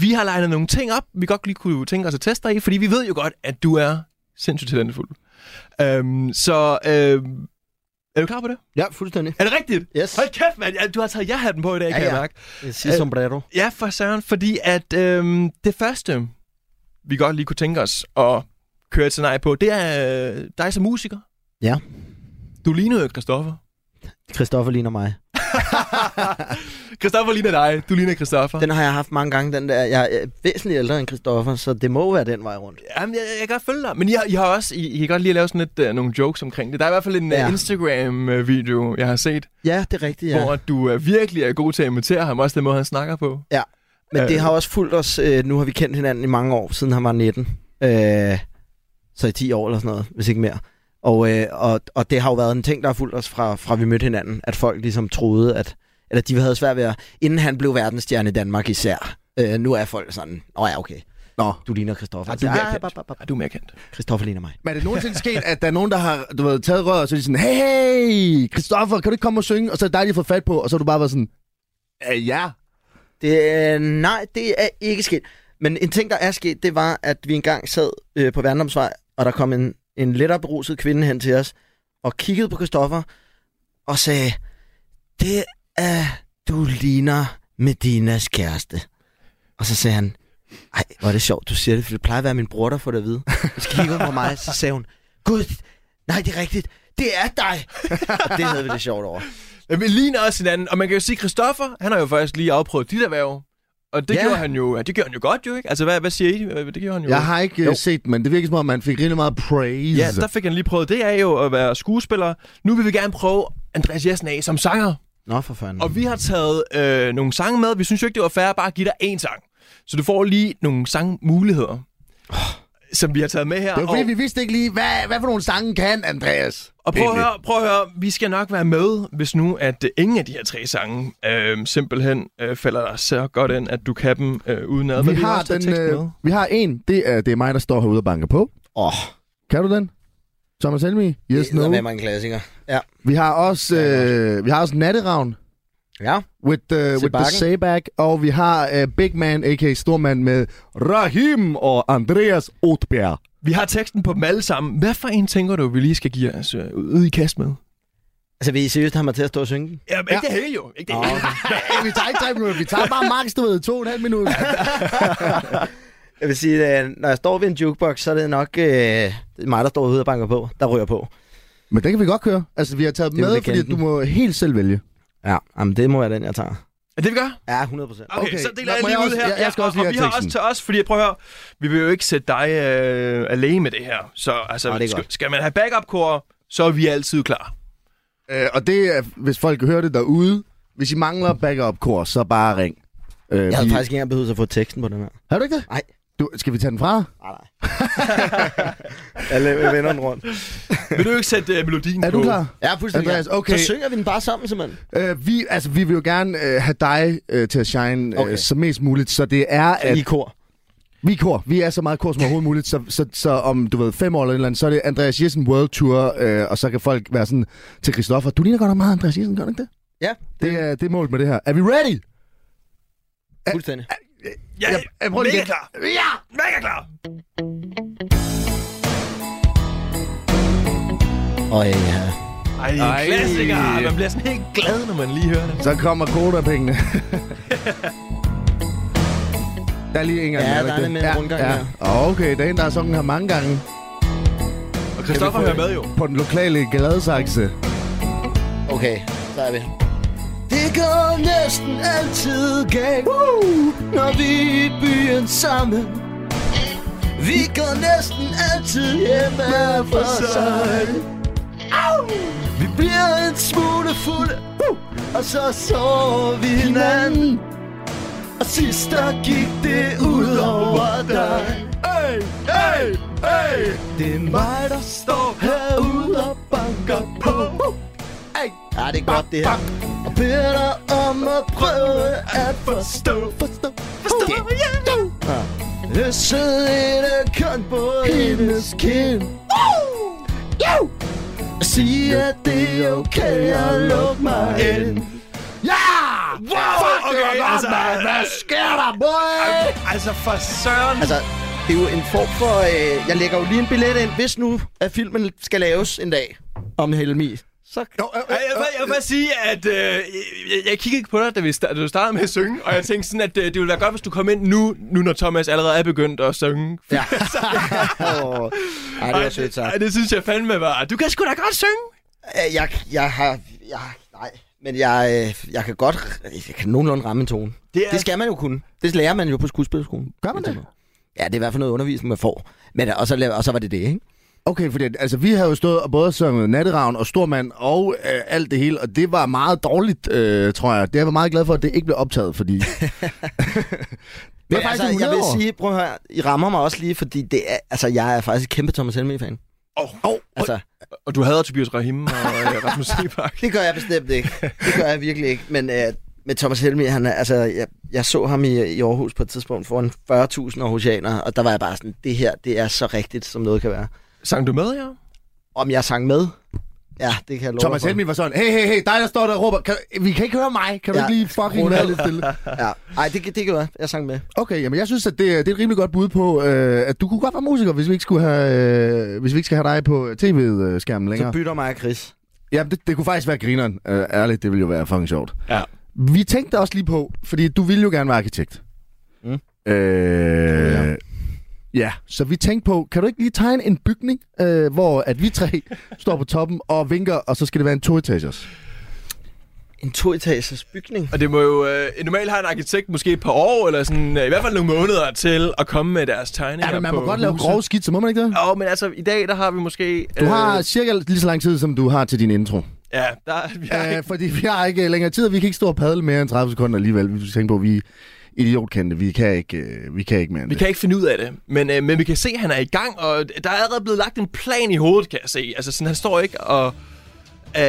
[SPEAKER 4] vi har legnet nogle ting op, vi godt lige kunne tænke os at teste dig i, fordi vi ved jo godt, at du er sindssygt talentfuld. Øhm, så øhm, er du klar på det?
[SPEAKER 5] Ja, fuldstændig.
[SPEAKER 4] Er det rigtigt?
[SPEAKER 5] Yes. Øh,
[SPEAKER 4] Hold kæft, mand. Ja, Du har taget ja-hatten på i dag, ja,
[SPEAKER 5] Ja,
[SPEAKER 4] kan ja. jeg
[SPEAKER 5] ja.
[SPEAKER 4] mærke.
[SPEAKER 5] Sig sombrero.
[SPEAKER 4] Ja, for søren, fordi at øhm, det første, vi godt lige kunne tænke os at køre et scenarie på, det er øh, dig som musiker.
[SPEAKER 5] Ja.
[SPEAKER 4] Du ligner jo Christoffer.
[SPEAKER 5] Christoffer ligner mig.
[SPEAKER 4] Christoffer ligner dig. Du ligner Christoffer. Den...
[SPEAKER 5] Den har jeg haft mange gange, den der. Jeg er væsentligt ældre end Christoffer, så det må være den vej rundt.
[SPEAKER 4] Jamen, jeg, jeg kan godt følge dig. Men I, har- I har også, I, I kan godt lige lave sådan lidt, uh, nogle jokes omkring det. Der er i hvert fald en ja.
[SPEAKER 5] Ja.
[SPEAKER 4] uh, Instagram-video, jeg har set,
[SPEAKER 5] Ja, det er rigtigt,
[SPEAKER 4] ja.
[SPEAKER 5] ja.
[SPEAKER 4] hvor at du uh, virkelig er god til at imitere ham. Også den måde, han snakker på.
[SPEAKER 5] Men
[SPEAKER 4] Øh.
[SPEAKER 5] det har også fulgt os. Øh, nu har vi kendt hinanden i mange år, siden han var 19. Øh, så i 10 år eller sådan noget, hvis ikke mere. Og, øh, og, og det har jo været en ting, der har fulgt os fra, fra vi mødte hinanden. At folk ligesom troede, at eller de havde svært ved at... Inden han blev verdensstjerne i Danmark især. Øh, nu er folk sådan, åh ja, okay.
[SPEAKER 3] Nå.
[SPEAKER 5] Du ligner Christoffer.
[SPEAKER 4] Ej, du
[SPEAKER 5] Ja,
[SPEAKER 4] er mere
[SPEAKER 5] ja,
[SPEAKER 4] kendt.
[SPEAKER 5] bap, bap, bap.
[SPEAKER 4] Ej, du er mere kendt.
[SPEAKER 5] Christoffer ligner mig.
[SPEAKER 3] Men er det nogensinde sket, at der er nogen, der har du ved, taget røret, og så er de sådan, hey, hey, Christoffer, kan du ikke komme og synge? Og så er det dig, de har fået fat på, og så har du bare været sådan, "Øh, ja.
[SPEAKER 5] Det, øh, nej, det er ikke sket. Men en ting, der er sket, det var, at vi engang sad øh, på Vandomsvej, og der kom en, en lettere beruset kvinde hen til os, og kiggede på Christoffer, og sagde, det er, du ligner Medinas kæreste. Og så sagde han, ej, hvor er det sjovt, du siger det, for det plejer at være min bror, der får det at vide. Så kiggede hun på mig, så sagde hun, gud, nej, det er rigtigt, det er dig. og det havde vi det sjovt over.
[SPEAKER 4] Ja, Vi ligner også hinanden, og man kan jo sige, at Christoffer, han har jo faktisk lige afprøvet dit erhverv. Og det,
[SPEAKER 5] Ja.
[SPEAKER 4] gjorde han jo, ja, det gjorde han jo godt, jo ikke? Altså, hvad, hvad siger I? Hvad- Det gjorde han jo.
[SPEAKER 3] Jeg har ikke
[SPEAKER 5] Jo.
[SPEAKER 3] jo. set den, men det virker som om, han fik rigtig meget praise.
[SPEAKER 4] Ja, der fik han lige prøvet. Det er jo at være skuespiller. Nu vil vi gerne prøve Andreas Jessen af som sanger.
[SPEAKER 5] Nå, for fanden.
[SPEAKER 4] Og vi har taget øh, nogle sange med. Vi synes jo ikke, det var fair bare at give dig én sang. Så du får lige nogle sangmuligheder, oh. som vi har taget med her.
[SPEAKER 3] Det var fordi,
[SPEAKER 4] og,
[SPEAKER 3] vi vidste ikke lige, hvad, hvad for nogle sange kan, Andreas?
[SPEAKER 4] og prøv, at
[SPEAKER 3] Egentlig.
[SPEAKER 4] høre, prøv at høre, vi skal nok være med, hvis nu at øh, ingen af de her tre sange øh, simpelthen øh, falder dig så godt ind, at du kan dem øh, uden ad.
[SPEAKER 3] Vi har, den, øh, vi har en, det er, det er mig, der står herude og banker på.
[SPEAKER 5] Åh, oh,
[SPEAKER 3] Kan du den? Thomas Helmi? Yes,
[SPEAKER 5] det er med
[SPEAKER 3] no.
[SPEAKER 5] mig en klassiker. Ja.
[SPEAKER 3] Vi har også, øh, vi har også Natteravn.
[SPEAKER 5] Ja.
[SPEAKER 3] With the, with the
[SPEAKER 5] bakken.
[SPEAKER 3] sayback, og vi har uh, Big Man, a.k.a. Stormand, med Rahim og Andreas Otbjerg.
[SPEAKER 4] Vi har teksten på dem alle sammen. Hvad for en tænker du, vi lige skal give os øh, ud i kast med?
[SPEAKER 5] Altså, vil I seriøst have mig til at stå og synge den?
[SPEAKER 4] Jamen, ikke ja. det hele jo. Ikke det hele.
[SPEAKER 3] Ja, vi tager ikke tre minutter. Vi tager bare max, du ved, to og en halv minut.
[SPEAKER 5] Jeg vil sige, at når jeg står ved en jukebox, så er det nok øh, det er mig, der står ude og banker på, der ryger på.
[SPEAKER 3] Men den kan vi godt køre. Altså, vi har taget dem
[SPEAKER 5] Det vil
[SPEAKER 3] med,
[SPEAKER 5] jeg
[SPEAKER 3] fordi
[SPEAKER 5] kende
[SPEAKER 3] du må helt selv vælge.
[SPEAKER 5] Ja, jamen, det må være den, jeg tager.
[SPEAKER 4] Er det, vi gør?
[SPEAKER 5] Ja, 100 procent.
[SPEAKER 4] Okay,
[SPEAKER 3] Okay,
[SPEAKER 4] okay. så
[SPEAKER 3] nå,
[SPEAKER 4] deler jeg
[SPEAKER 3] må
[SPEAKER 4] lige
[SPEAKER 3] jeg
[SPEAKER 4] ud
[SPEAKER 3] også-
[SPEAKER 4] her.
[SPEAKER 3] jeg- jeg skal
[SPEAKER 4] Ja,
[SPEAKER 3] også
[SPEAKER 4] og,
[SPEAKER 3] lige
[SPEAKER 4] og vi
[SPEAKER 3] have
[SPEAKER 4] har også
[SPEAKER 3] teksten.
[SPEAKER 4] til os, fordi prøv at høre, vi vil jo ikke sætte dig øh, alene med det her. Så altså,
[SPEAKER 5] Nå, det er
[SPEAKER 4] skal,
[SPEAKER 5] godt.
[SPEAKER 4] skal man have backup-kor, så er vi altid klar.
[SPEAKER 3] Øh, og det er, hvis folk hører det derude, hvis I mangler backup-kor, så bare ring. Øh,
[SPEAKER 5] Jeg havde
[SPEAKER 3] vi-
[SPEAKER 5] faktisk ikke engang behøvet at få teksten på den her.
[SPEAKER 3] Har du ikke det?
[SPEAKER 5] Nej.
[SPEAKER 3] Du, skal vi tage den fra?
[SPEAKER 5] Nej, nej. jeg vender den rundt.
[SPEAKER 4] Vil du ikke sætte øh, melodien
[SPEAKER 3] Er
[SPEAKER 4] på?
[SPEAKER 3] du klar?
[SPEAKER 5] Ja, fuldstændig.
[SPEAKER 3] Andreas, okay.
[SPEAKER 5] Så synger vi den bare sammen, simpelthen.
[SPEAKER 3] Øh, vi, altså, vi vil jo gerne øh, have dig øh, til at shine okay.
[SPEAKER 5] Okay.
[SPEAKER 3] øh, så mest muligt, så det er, at
[SPEAKER 5] I kor.
[SPEAKER 3] vi er kor. Vi er så meget kor som overhovedet muligt, så, så, så om, du ved, fem år eller et eller andet, så er det Andreas Jessen World Tour, øh, og så kan folk være sådan til Christoffer, du ligner godt nok meget Andreas Jessen, gør du ikke det?
[SPEAKER 5] Ja,
[SPEAKER 3] Det er, det er målet med det her. Er vi ready?
[SPEAKER 5] fuldstændig.
[SPEAKER 4] Ja, jeg, jeg prøver
[SPEAKER 3] lige
[SPEAKER 4] mega
[SPEAKER 3] igen.
[SPEAKER 4] klar. Ja! Mega klar!
[SPEAKER 5] Og ja.
[SPEAKER 4] Ej, Ej. klassiker. Man bliver sådan helt glad, når man lige hører det.
[SPEAKER 3] Så kommer kodapengene. der er lige en gang
[SPEAKER 5] Ja,
[SPEAKER 3] mere,
[SPEAKER 5] der er
[SPEAKER 3] ikke
[SPEAKER 5] en
[SPEAKER 3] det?
[SPEAKER 5] med en rundgang
[SPEAKER 3] ja.
[SPEAKER 5] der.
[SPEAKER 3] Og Okay, der er en, der har sunget her mange gange
[SPEAKER 4] Og Christoffer hører med jo.
[SPEAKER 3] på den lokale gladsaxe.
[SPEAKER 5] Okay, så er vi. Det går næsten altid galt, Woo! når vi er i byen sammen. Vi går næsten altid hjemme hver for sig. Au! Vi bliver en smule fulde, Woo! og så sover vi hinanden. Og sidst der gik det ud over dig.
[SPEAKER 4] Hey, hey, hey!
[SPEAKER 5] Det er mig, der
[SPEAKER 4] Står
[SPEAKER 5] herude og banker på. Hey. Ja, det er godt det her. Og beder dig om at prøve at forstå. Forstå. Forstå. Ja. Jeg sidder en køn på hendes kind. Jo! Sig, at det er okay at lukke mig ind.
[SPEAKER 3] Ja!
[SPEAKER 4] Wow, okay, altså,
[SPEAKER 3] Hvad sker der, boy?
[SPEAKER 4] altså for søren.
[SPEAKER 5] Altså, det er jo en form for... Øh, jeg lægger jo lige en billet ind, hvis nu at filmen skal laves en dag om Helmi. Så
[SPEAKER 3] Jo, øh, øh,
[SPEAKER 4] Ej, jeg, vil, jeg vil bare sige, at øh, jeg, jeg kiggede ikke på dig, da, vi, sta- da du startede med at synge, og jeg tænkte sådan, at øh, det ville være godt, hvis du kom ind nu, nu når Thomas allerede er begyndt at synge.
[SPEAKER 5] Ja. Åh, Ej, det var sødt
[SPEAKER 4] ej,
[SPEAKER 5] sagt.
[SPEAKER 4] det synes jeg fandme var. Du kan sgu da godt synge.
[SPEAKER 5] Øh, Jeg, jeg har... Jeg, nej, men jeg, øh, jeg kan godt... Jeg kan nogenlunde ramme en tone.
[SPEAKER 4] Det
[SPEAKER 5] Det,
[SPEAKER 4] er-
[SPEAKER 5] det skal man jo kunne. Det lærer man jo på skuespillerskolen.
[SPEAKER 3] Gør man det?
[SPEAKER 5] Ja, det er i hvert fald noget undervisning, man får. Men, og, så, la- og så var det det, ikke?
[SPEAKER 3] Okay, fordi at- altså, vi havde jo stået og både sunget Natteravn og Stormand og øh, alt det hele, og det var meget dårligt, øh, tror jeg. Det er jeg var meget glad for, at det ikke blev optaget, fordi... det er
[SPEAKER 5] Men
[SPEAKER 3] faktisk
[SPEAKER 5] altså, jeg vil
[SPEAKER 3] år.
[SPEAKER 5] sige, prøv at høre, I rammer mig også lige, fordi det er, altså, jeg er faktisk kæmpe Thomas Helme-fan.
[SPEAKER 4] Oh, oh, altså.
[SPEAKER 5] Altså,
[SPEAKER 4] og, og du hader Tobias Rahim og øh, Rasmus Sebak.
[SPEAKER 5] Det gør jeg bestemt ikke. Det gør jeg virkelig ikke. Men, øh, men Thomas Helmi, han er, altså, jeg, jeg så ham i, i Aarhus på et tidspunkt foran 40.000 aarhusianere, og der var jeg bare sådan, det her, det er så rigtigt, som noget kan være.
[SPEAKER 4] Sang du med, ja?
[SPEAKER 5] Om jeg sang med? Ja, det kan jeg love
[SPEAKER 3] Thomas
[SPEAKER 5] dig for.
[SPEAKER 3] Helmi var sådan, hey, hey, hey, dig der står der og råber, kan, vi kan ikke høre mig, kan du
[SPEAKER 5] Ja.
[SPEAKER 3] ikke lige fucking
[SPEAKER 5] Rolig.
[SPEAKER 3] være lidt stille?
[SPEAKER 5] Ja. Ej, det, det gjorde jeg. Jeg sang med.
[SPEAKER 3] Okay, jamen jeg synes, at det, er- det er et rimelig godt bud på, øh, at du kunne godt være musiker, hvis vi ikke, skulle have, øh, hvis vi ikke skal have dig på tv-skærmen
[SPEAKER 5] Så
[SPEAKER 3] længere.
[SPEAKER 5] bytter mig og Chris.
[SPEAKER 3] Ja, det, det kunne faktisk være grineren. Øh, ærligt, det ville jo være fucking sjovt.
[SPEAKER 4] Ja.
[SPEAKER 3] Vi tænkte også lige på, fordi du ville jo gerne være arkitekt.
[SPEAKER 5] Mm.
[SPEAKER 3] Øh, ja.
[SPEAKER 5] Ja.
[SPEAKER 3] ja, så vi tænkte på, kan du ikke lige tegne en bygning, øh, hvor at vi tre står på toppen og vinker, og så skal det være en toetagers?
[SPEAKER 5] En toetagers bygning.
[SPEAKER 4] Og det må jo... Øh, normalt har en arkitekt måske et par år, eller sådan, øh, i hvert fald nogle måneder til at komme med deres tegninger
[SPEAKER 3] Ja, men Altså, man
[SPEAKER 4] på
[SPEAKER 3] må godt lave
[SPEAKER 4] huset.
[SPEAKER 3] grove skitser, må man ikke det?
[SPEAKER 4] Åh, oh, men altså, i dag, der har vi måske... øh,
[SPEAKER 3] Du har cirka lige så lang tid, som du har til din intro.
[SPEAKER 4] Ja, der, vi har
[SPEAKER 3] Øh,
[SPEAKER 4] ikke,
[SPEAKER 3] fordi vi har ikke længere tid, og vi kan ikke stå og padle mere end 30 sekunder alligevel. Vi skal tænke på, at vi er idiotkendte. Vi kan ikke, øh, vi kan ikke mere end
[SPEAKER 4] vi
[SPEAKER 3] det.
[SPEAKER 4] kan ikke finde ud af det, men, øh, men vi kan se, at han er i gang, og der er allerede blevet lagt en plan i hovedet, kan jeg se. Altså, sådan, han står ikke og... Øh,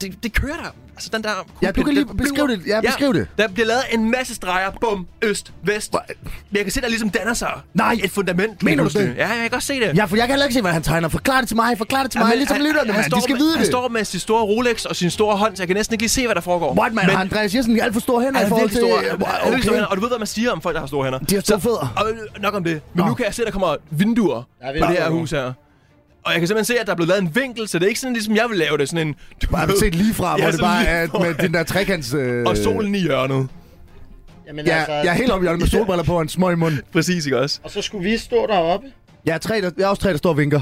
[SPEAKER 4] det, det kører der. Altså, den der...
[SPEAKER 3] Ja, du kan lige beskrive det. Ja, beskriv det.
[SPEAKER 4] Der bliver lavet en masse streger. Bum, øst, vest.
[SPEAKER 3] Hvor-
[SPEAKER 4] Men jeg kan se, der ligesom danner sig
[SPEAKER 3] Nej.
[SPEAKER 4] et fundament.
[SPEAKER 3] Mener du
[SPEAKER 4] pludselig.
[SPEAKER 3] det?
[SPEAKER 4] Ja, jeg kan godt se det.
[SPEAKER 3] Ja, for jeg kan heller ikke se, hvad han tegner. Forklar det til mig, forklar det til mig,
[SPEAKER 4] men
[SPEAKER 3] ligesom
[SPEAKER 4] han-
[SPEAKER 3] lytterne,
[SPEAKER 4] han
[SPEAKER 3] mand.
[SPEAKER 4] står
[SPEAKER 3] De skal
[SPEAKER 4] med,
[SPEAKER 3] vide
[SPEAKER 4] Han
[SPEAKER 3] det.
[SPEAKER 4] står med sin store Rolex og sin store hånd, så jeg kan næsten ikke lige se, hvad der foregår.
[SPEAKER 3] What, man?
[SPEAKER 4] Men-
[SPEAKER 3] Har Andreas Jensen alt for store hænder
[SPEAKER 4] Han
[SPEAKER 3] i
[SPEAKER 4] er
[SPEAKER 3] forhold
[SPEAKER 4] virkelig
[SPEAKER 3] til...
[SPEAKER 4] stor. Han er virkelig stor hænder.
[SPEAKER 3] Okay.
[SPEAKER 4] Og du ved, hvad man siger om folk, der har store hænder.
[SPEAKER 3] De har store
[SPEAKER 4] Så-
[SPEAKER 3] fødder.
[SPEAKER 4] Og øh, nok om det. Men
[SPEAKER 3] Nå.
[SPEAKER 4] nu kan jeg se, at der kommer vinduer
[SPEAKER 5] Der er
[SPEAKER 4] på det her
[SPEAKER 5] vinduer.
[SPEAKER 4] hus her. Og jeg kan simpelthen se, at der er blevet lavet en vinkel, så det er ikke sådan, ligesom jeg vil lave det. Sådan en... Du
[SPEAKER 3] Bare
[SPEAKER 4] ved,
[SPEAKER 3] set lige fra,
[SPEAKER 4] Ja,
[SPEAKER 3] hvor det
[SPEAKER 4] sådan
[SPEAKER 3] bare
[SPEAKER 4] lige
[SPEAKER 3] er
[SPEAKER 4] foran.
[SPEAKER 3] med den der trekants... Øh...
[SPEAKER 4] Og solen i hjørnet.
[SPEAKER 5] Jamen,
[SPEAKER 3] Ja, altså, jeg er helt oppe i hjørnet med solbriller på og en smøg i munden.
[SPEAKER 4] Præcis, ikke også?
[SPEAKER 5] Og så skulle vi stå deroppe.
[SPEAKER 3] Jeg er, tre, der, jeg er også tre, der står og vinker.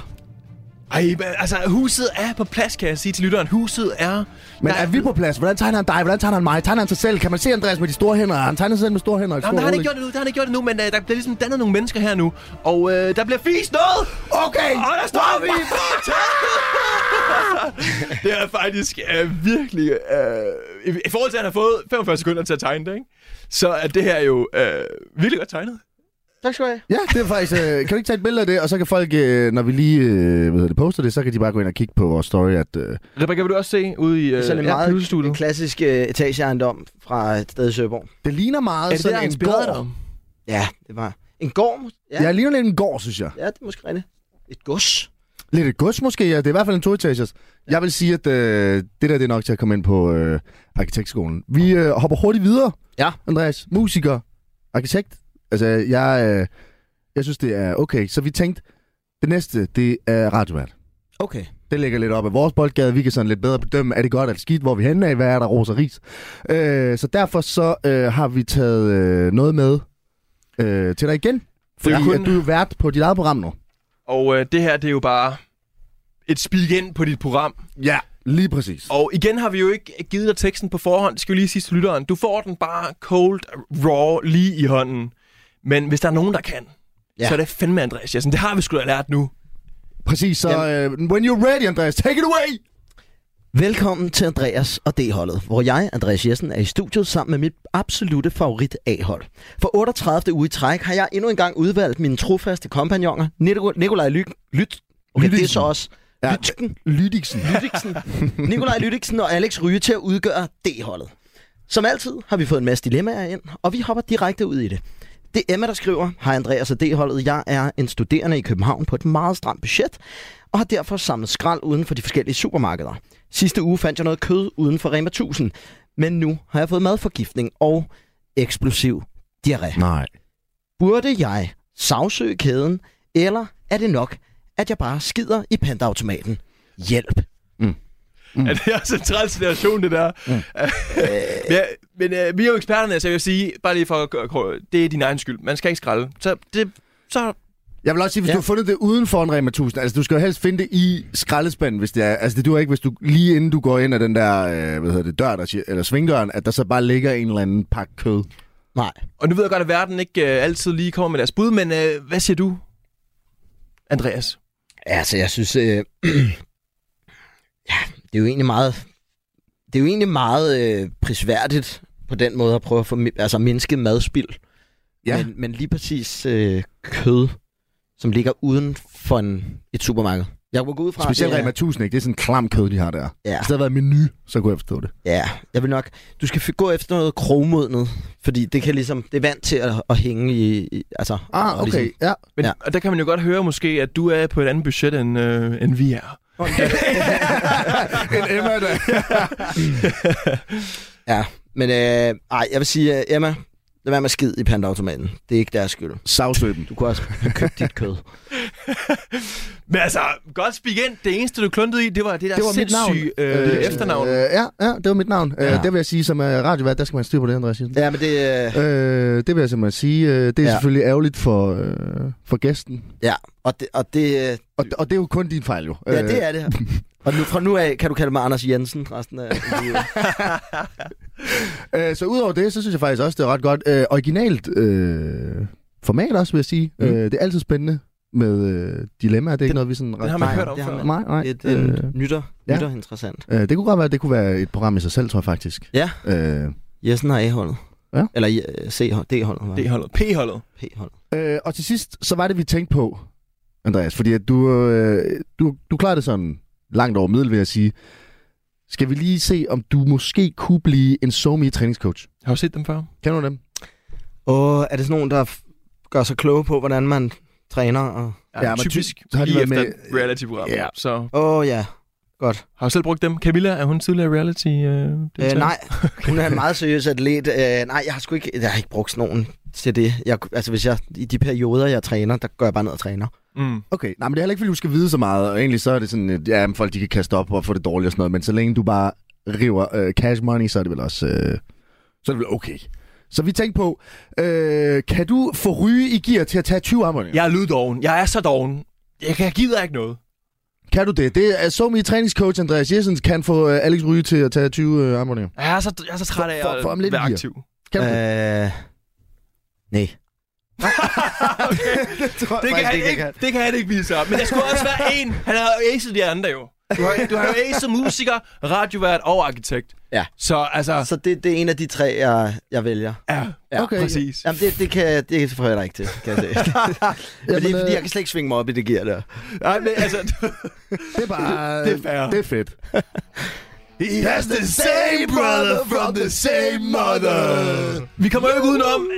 [SPEAKER 4] Ej, men altså, huset er på plads, kan jeg sige til lytteren. Huset er...
[SPEAKER 3] Men
[SPEAKER 4] der
[SPEAKER 3] er vi på plads? Hvordan tegner han dig? Hvordan tegner han mig? Tegner han sig selv? Kan man se Andreas med de store hænder? Han tegner sig selv med store hænder. og et
[SPEAKER 4] Jamen, der
[SPEAKER 3] stort
[SPEAKER 4] har han ikke
[SPEAKER 3] overlæg.
[SPEAKER 4] gjort det nu, der har han ikke gjort det nu, men øh, der bliver ligesom dannet nogle mennesker her nu, og øh, der bliver fist noget!
[SPEAKER 3] Okay!
[SPEAKER 4] Og der står vi på taget! Det er faktisk øh, virkelig... Øh, i, I forhold til, at han har fået 45 sekunder til at tegne det, ikke? så er det her jo øh, virkelig godt tegnet.
[SPEAKER 5] Tak skal du have.
[SPEAKER 3] Ja, det er faktisk... Øh, kan du ikke tage et billede af det? Og så kan folk, øh, når vi lige øh, hvad hedder det, poster det, så kan de bare gå ind og kigge på vores story, at... Øh,
[SPEAKER 4] Rebecca, vil du også se ude i øh,
[SPEAKER 5] Det er sådan en
[SPEAKER 4] ja,
[SPEAKER 5] meget
[SPEAKER 4] Pudestudie?
[SPEAKER 5] en klassisk øh, etageejendom fra et sted i Søborg.
[SPEAKER 3] det ligner meget
[SPEAKER 4] Er det der,
[SPEAKER 3] sådan en
[SPEAKER 4] inspireret dig?
[SPEAKER 3] gård.
[SPEAKER 5] Ja, det var en gård. mås- Ja,
[SPEAKER 3] Ja.
[SPEAKER 5] ja.
[SPEAKER 3] Jeg ligner lidt en gård, synes jeg.
[SPEAKER 5] ja det er måske rigtigt. Et gods.
[SPEAKER 3] Lidt et gods måske, ja. Det er i hvert fald en to-etagers. Jeg vil sige, at øh, det der det er nok til at komme ind på øh, arkitektskolen. Vi øh, hopper hurtigt videre.
[SPEAKER 5] Ja.
[SPEAKER 3] Andreas, musiker, arkitekt. Altså, jeg, øh, jeg synes, det er okay. Så vi tænkte, det næste, det er radiovært.
[SPEAKER 5] Okay.
[SPEAKER 3] Det ligger lidt op af vores boldgade. Vi kan sådan lidt bedre bedømme, er det godt eller skidt, hvor er vi henne af, hvad er der ros og ris. Øh, så derfor så øh, har vi taget øh, noget med øh, til dig igen. Fordi
[SPEAKER 4] jo kun-
[SPEAKER 3] at du er jo vært på dit eget program nu.
[SPEAKER 4] Og øh, det her, det er jo bare et speak ind på dit program.
[SPEAKER 3] Ja, lige præcis.
[SPEAKER 4] Og igen har vi jo ikke givet dig teksten på forhånd. Det skal vi lige sige til lytteren. Du får den bare cold, raw, lige i hånden. Men hvis der er nogen, der kan,
[SPEAKER 5] Ja.
[SPEAKER 4] ja. så er det fandme Andreas Jessen. Det har vi sgu da lært nu.
[SPEAKER 3] Præcis, så øh, when you're ready, Andreas, take it away!
[SPEAKER 5] Velkommen til Andreas og D-holdet, hvor jeg, Andreas Jessen, er i studiet sammen med mit absolute favorit A-hold. For 38. uge i træk har jeg endnu engang udvalgt mine trofaste kompagnoner, Nico- Nikolaj Lyt, Lyt. Okay, det er så
[SPEAKER 3] Lüdiksen.
[SPEAKER 5] også
[SPEAKER 3] Ja.
[SPEAKER 5] Lytken,
[SPEAKER 3] Lydiksen.
[SPEAKER 5] Lydiksen, Nikolaj Lydiksen og Alex Ryge til at udgøre D-holdet. Som altid har vi fået en masse dilemmaer ind, og vi hopper direkte ud i det. Det er Emma, der skriver, Hej Andreas og D-holdet, jeg er en studerende i København på et meget stramt budget, og har derfor samlet skrald uden for de forskellige supermarkeder. Sidste uge fandt jeg noget kød uden for Rema 1000, men nu har jeg fået madforgiftning og eksplosiv diarré.
[SPEAKER 3] Nej.
[SPEAKER 5] Burde jeg sagsøge kæden, eller er det nok, at jeg bare skider i pantautomaten? Hjælp.
[SPEAKER 4] Mm. Er det er også en træls situation, det der. Mm. ja, men øh, vi er jo eksperterne, så jeg vil sige, bare lige for at gøre- gøre- det er din egen skyld. Man skal ikke skralde. Så det, så
[SPEAKER 3] Jeg vil også sige, hvis ja.
[SPEAKER 5] Ja.
[SPEAKER 3] du har fundet det uden for en Rema 1000, altså du skal jo helst finde det i skraldespanden, hvis det er. Altså det duer ikke, hvis du lige inden du går ind af den der, øh, hvad hedder det, dør, der, siger- eller svingdøren, at der så bare ligger en eller anden pakke kød.
[SPEAKER 5] Nej.
[SPEAKER 4] Og nu ved jeg godt, at verden ikke øh, altid lige kommer med deres bud, men øh, hvad siger du, Andreas?
[SPEAKER 5] Altså, jeg synes... Øh, ja, det er jo egentlig meget... Det er jo egentlig meget øh, prisværdigt på den måde at prøve at få, mi- altså, mindske madspild.
[SPEAKER 3] Ja.
[SPEAKER 5] Men, men lige præcis øh, kød, som ligger uden for en, et supermarked. Jeg må gå ud fra...
[SPEAKER 3] Specielt
[SPEAKER 5] det er-
[SPEAKER 3] Rema 1000, ikke? Det er sådan en klam kød, de har der. Hvis
[SPEAKER 5] Ja.
[SPEAKER 3] det havde været menu, så kunne jeg forstå det.
[SPEAKER 5] Ja, jeg vil nok... Du skal f- gå efter noget krogmodnet, fordi det kan ligesom... Det er vant til at, at hænge i, i... Altså...
[SPEAKER 3] Ah,
[SPEAKER 5] og
[SPEAKER 3] okay.
[SPEAKER 5] Ligesom,
[SPEAKER 3] Ja.
[SPEAKER 4] Men,
[SPEAKER 5] Ja.
[SPEAKER 4] ja. Og der kan man jo godt høre måske, at du er på et andet budget, end, øh, end vi er.
[SPEAKER 3] en Emma, der.
[SPEAKER 5] ja, men... Øh, ej, jeg vil sige, øh, Emma, lad være med at skide i pandaautomaten. Det er ikke deres skyld.
[SPEAKER 3] Savsøben.
[SPEAKER 5] Du kunne også have købt dit kød.
[SPEAKER 4] Men altså, godt speak ind. Det eneste, du kluntede i, det var det der
[SPEAKER 3] Det var mit navn.
[SPEAKER 4] sindssyge øh, efternavn.
[SPEAKER 3] Øh, ja, ja, det var mit navn. Ja.
[SPEAKER 5] Ja.
[SPEAKER 3] Øh, det vil jeg sige, som er radiovært, der skal man styre på det, Andreas. Jensen.
[SPEAKER 5] Ja, men det... Øh,
[SPEAKER 3] Øh, det vil jeg simpelthen sige. Øh, det er
[SPEAKER 5] Ja.
[SPEAKER 3] ja. selvfølgelig ærgerligt for, øh, for gæsten.
[SPEAKER 5] ja, og det... Og det øh,
[SPEAKER 3] Og, og det er jo kun din fejl, jo.
[SPEAKER 5] ja, det er det. Og nu, fra nu af kan du kalde mig Anders Jensen resten af livet.
[SPEAKER 3] Øh, så udover det, så synes jeg faktisk også, det er ret godt. Øh, originalt øh, format også, vil jeg sige.
[SPEAKER 5] Mm.
[SPEAKER 3] Mm. Øh, det er altid spændende med øh, dilemmaer. Det er ikke noget, vi sådan...
[SPEAKER 4] Den har man
[SPEAKER 5] Nej,
[SPEAKER 4] hørt om
[SPEAKER 5] det har
[SPEAKER 4] før.
[SPEAKER 5] man.
[SPEAKER 3] Nej, nej.
[SPEAKER 5] Det, det
[SPEAKER 3] øh,
[SPEAKER 5] øh, nytter,
[SPEAKER 3] ja.
[SPEAKER 5] nytter interessant.
[SPEAKER 3] øh, det kunne godt være, at det kunne være et program i sig selv, tror jeg faktisk.
[SPEAKER 5] Ja.
[SPEAKER 3] Øh,
[SPEAKER 5] Jessen har A-holdet.
[SPEAKER 3] Ja.
[SPEAKER 5] Eller øh, C-holdet. D-holdet. var det.
[SPEAKER 4] D-holdet. P-holdet.
[SPEAKER 5] P-holdet.
[SPEAKER 3] øh, og til sidst, så var det, vi tænkte på, Andreas, fordi at du, øh, du, du klarede det sådan langt over middel, vil jeg sige. Skal vi lige se, om du måske kunne blive en somi træningscoach?
[SPEAKER 4] Har du set dem før?
[SPEAKER 3] Kender du dem?
[SPEAKER 5] Og er det sådan nogen, der f- gør sig kloge på, hvordan man træner? Og...
[SPEAKER 3] Ja, men
[SPEAKER 4] typisk
[SPEAKER 3] ty- så har de været
[SPEAKER 4] lige efter
[SPEAKER 3] med-
[SPEAKER 4] et reality-program.
[SPEAKER 3] Ja.
[SPEAKER 4] Ja. Så
[SPEAKER 5] Åh, oh, ja. Godt.
[SPEAKER 4] har du selv brugt dem? Camilla, er hun tidligere reality øh,
[SPEAKER 5] Øh,
[SPEAKER 4] deltager?
[SPEAKER 5] nej, hun er en meget seriøs atlet. Øh, nej, jeg har sgu ikke, jeg har ikke brugt sådan nogen til det. Jeg, altså, hvis jeg, i de perioder, jeg træner, der går jeg bare ned og træner.
[SPEAKER 4] Mm.
[SPEAKER 3] Okay, nej, men det er heller ikke, fordi du skal vide så meget. Og egentlig så er det sådan, at ja, men folk de kan kaste op og få det dårligt og sådan noget. Men så længe du bare river øh, cash money, så er det vel også... Øh, så er det vel okay. Så vi tænkte på, øh, kan du få ryge i gear til at tage 20 armbåndinger?
[SPEAKER 4] Jeg er lyddoven. Jeg er så doven. Jeg, jeg gider ikke noget.
[SPEAKER 3] Kan du det? Det er så min træningscoach Andreas Jessens kan få øh, Alex Ryge til at tage 20 øh, armbåndinger.
[SPEAKER 4] Jeg er så, jeg er så træt af
[SPEAKER 3] Få- få- få ham
[SPEAKER 4] at
[SPEAKER 3] lidt i
[SPEAKER 4] være
[SPEAKER 3] gear.
[SPEAKER 4] aktiv.
[SPEAKER 3] Kan du det?
[SPEAKER 5] Øh, nej.
[SPEAKER 3] det? Tror jeg
[SPEAKER 4] Det kan,
[SPEAKER 3] faktisk
[SPEAKER 4] han ikke,
[SPEAKER 3] jeg
[SPEAKER 4] det kan han ikke vise op. Men der skulle også være en. Han har jo acet de andre jo. Du har, du har jo acet musiker, radiovært og arkitekt.
[SPEAKER 5] Ja.
[SPEAKER 4] Så altså,
[SPEAKER 5] Så det, det er en af de tre, jeg, jeg vælger.
[SPEAKER 4] ja,
[SPEAKER 5] Ja,
[SPEAKER 3] Okay.
[SPEAKER 4] præcis.
[SPEAKER 5] Jamen, det, det, kan, det forholder jeg ikke til, kan jeg se.
[SPEAKER 3] Jamen,
[SPEAKER 5] fordi, fordi
[SPEAKER 3] øh,
[SPEAKER 5] jeg kan slet ikke svinge mig op i det gear der.
[SPEAKER 4] Nej, men altså,
[SPEAKER 3] Det er bare... øh,
[SPEAKER 4] Det er fair.
[SPEAKER 3] Det er fedt.
[SPEAKER 4] That's the same brother from the same mother. Vi kommer jo ikke udenom.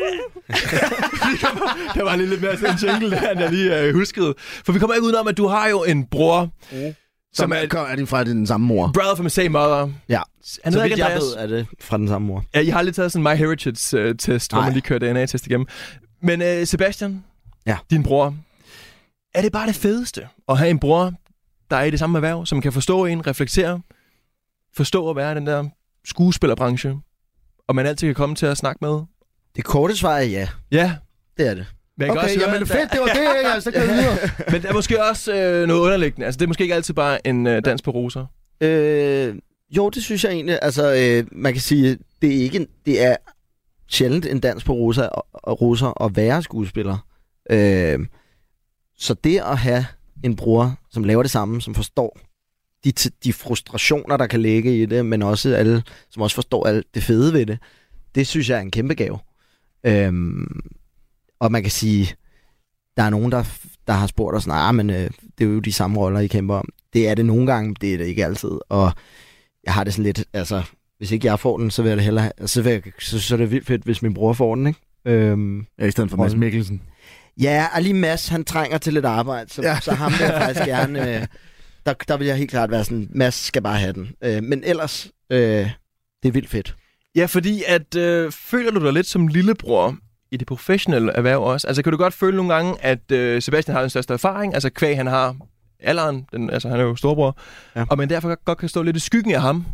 [SPEAKER 4] Vi kommer- der var lige lidt mere sådan en jingle der, end jeg lige øh, huskede. For vi kommer ikke udenom, at du har jo en bror,
[SPEAKER 3] Som
[SPEAKER 4] som
[SPEAKER 3] er,
[SPEAKER 4] er
[SPEAKER 3] kom, er din fra din samme mor.
[SPEAKER 4] brother from the same mother.
[SPEAKER 3] Ja.
[SPEAKER 4] Han
[SPEAKER 5] Så
[SPEAKER 4] hedder
[SPEAKER 5] vidt
[SPEAKER 4] ikke
[SPEAKER 5] jeg
[SPEAKER 4] Andreas.
[SPEAKER 5] ved, er det fra den samme mor.
[SPEAKER 4] Ja, jeg har lige taget sådan en MyHeritage-test, hvor
[SPEAKER 5] Nej.
[SPEAKER 4] man lige kører DNA-test igennem. Men øh, Sebastian,
[SPEAKER 5] Ja.
[SPEAKER 4] din bror, er det bare det fedeste at have en bror, der er i det samme erhverv, som kan forstå en, reflektere, forstå at være i den der skuespillerbranche, og man altid kan komme til at snakke med?
[SPEAKER 5] Det korte svar er ja.
[SPEAKER 4] Ja,
[SPEAKER 5] Det er det.
[SPEAKER 4] men jeg kan
[SPEAKER 3] Okay,
[SPEAKER 4] også høre,
[SPEAKER 3] jamen
[SPEAKER 4] at
[SPEAKER 3] fedt, det var det, jeg så kan jeg videre.
[SPEAKER 4] Der, men der er måske også øh, noget underliggende. Altså, det er måske ikke altid bare en øh, dans på roser.
[SPEAKER 5] Øh, jo, det synes jeg egentlig. Altså, øh, man kan sige, det er ikke en, det er sjældent en dans på rosa og, og roser at være skuespiller. Øh, så det at have en bror, som laver det samme, som forstår de, t- de frustrationer, der kan ligge i det, men også alle, som også forstår alt det fede ved det, det synes jeg er en kæmpe gave. Øhm, og man kan sige, der er nogen, der, der har spurgt os, nej, men øh, det er jo de samme roller, I kæmper om. Det er det nogle gange, det er det ikke altid. Og jeg har det sådan lidt, altså, hvis ikke jeg får den, så vil jeg det hellere, have- så, vil jeg, så, så er det vildt fedt, hvis min bror får den, ikke? Øhm,
[SPEAKER 3] Ja, i stedet for Mads Mikkelsen.
[SPEAKER 5] ja, og lige Mads, han trænger til lidt arbejde, så,
[SPEAKER 3] Ja.
[SPEAKER 5] ja. så ham vil jeg faktisk gerne, øh, der, der vil jeg helt klart være sådan, Mads skal bare have den. Øh, men ellers, øh, det er vildt fedt.
[SPEAKER 4] Ja, fordi at øh, føler du dig lidt som lillebror i det professionelle erhverv også? Altså kan du godt føle nogle gange, at øh, Sebastian har den største erfaring, altså kvæg han har alderen, den, altså han er jo storbror,
[SPEAKER 5] Ja.
[SPEAKER 4] ja. og man derfor godt kan stå lidt i skyggen af ham.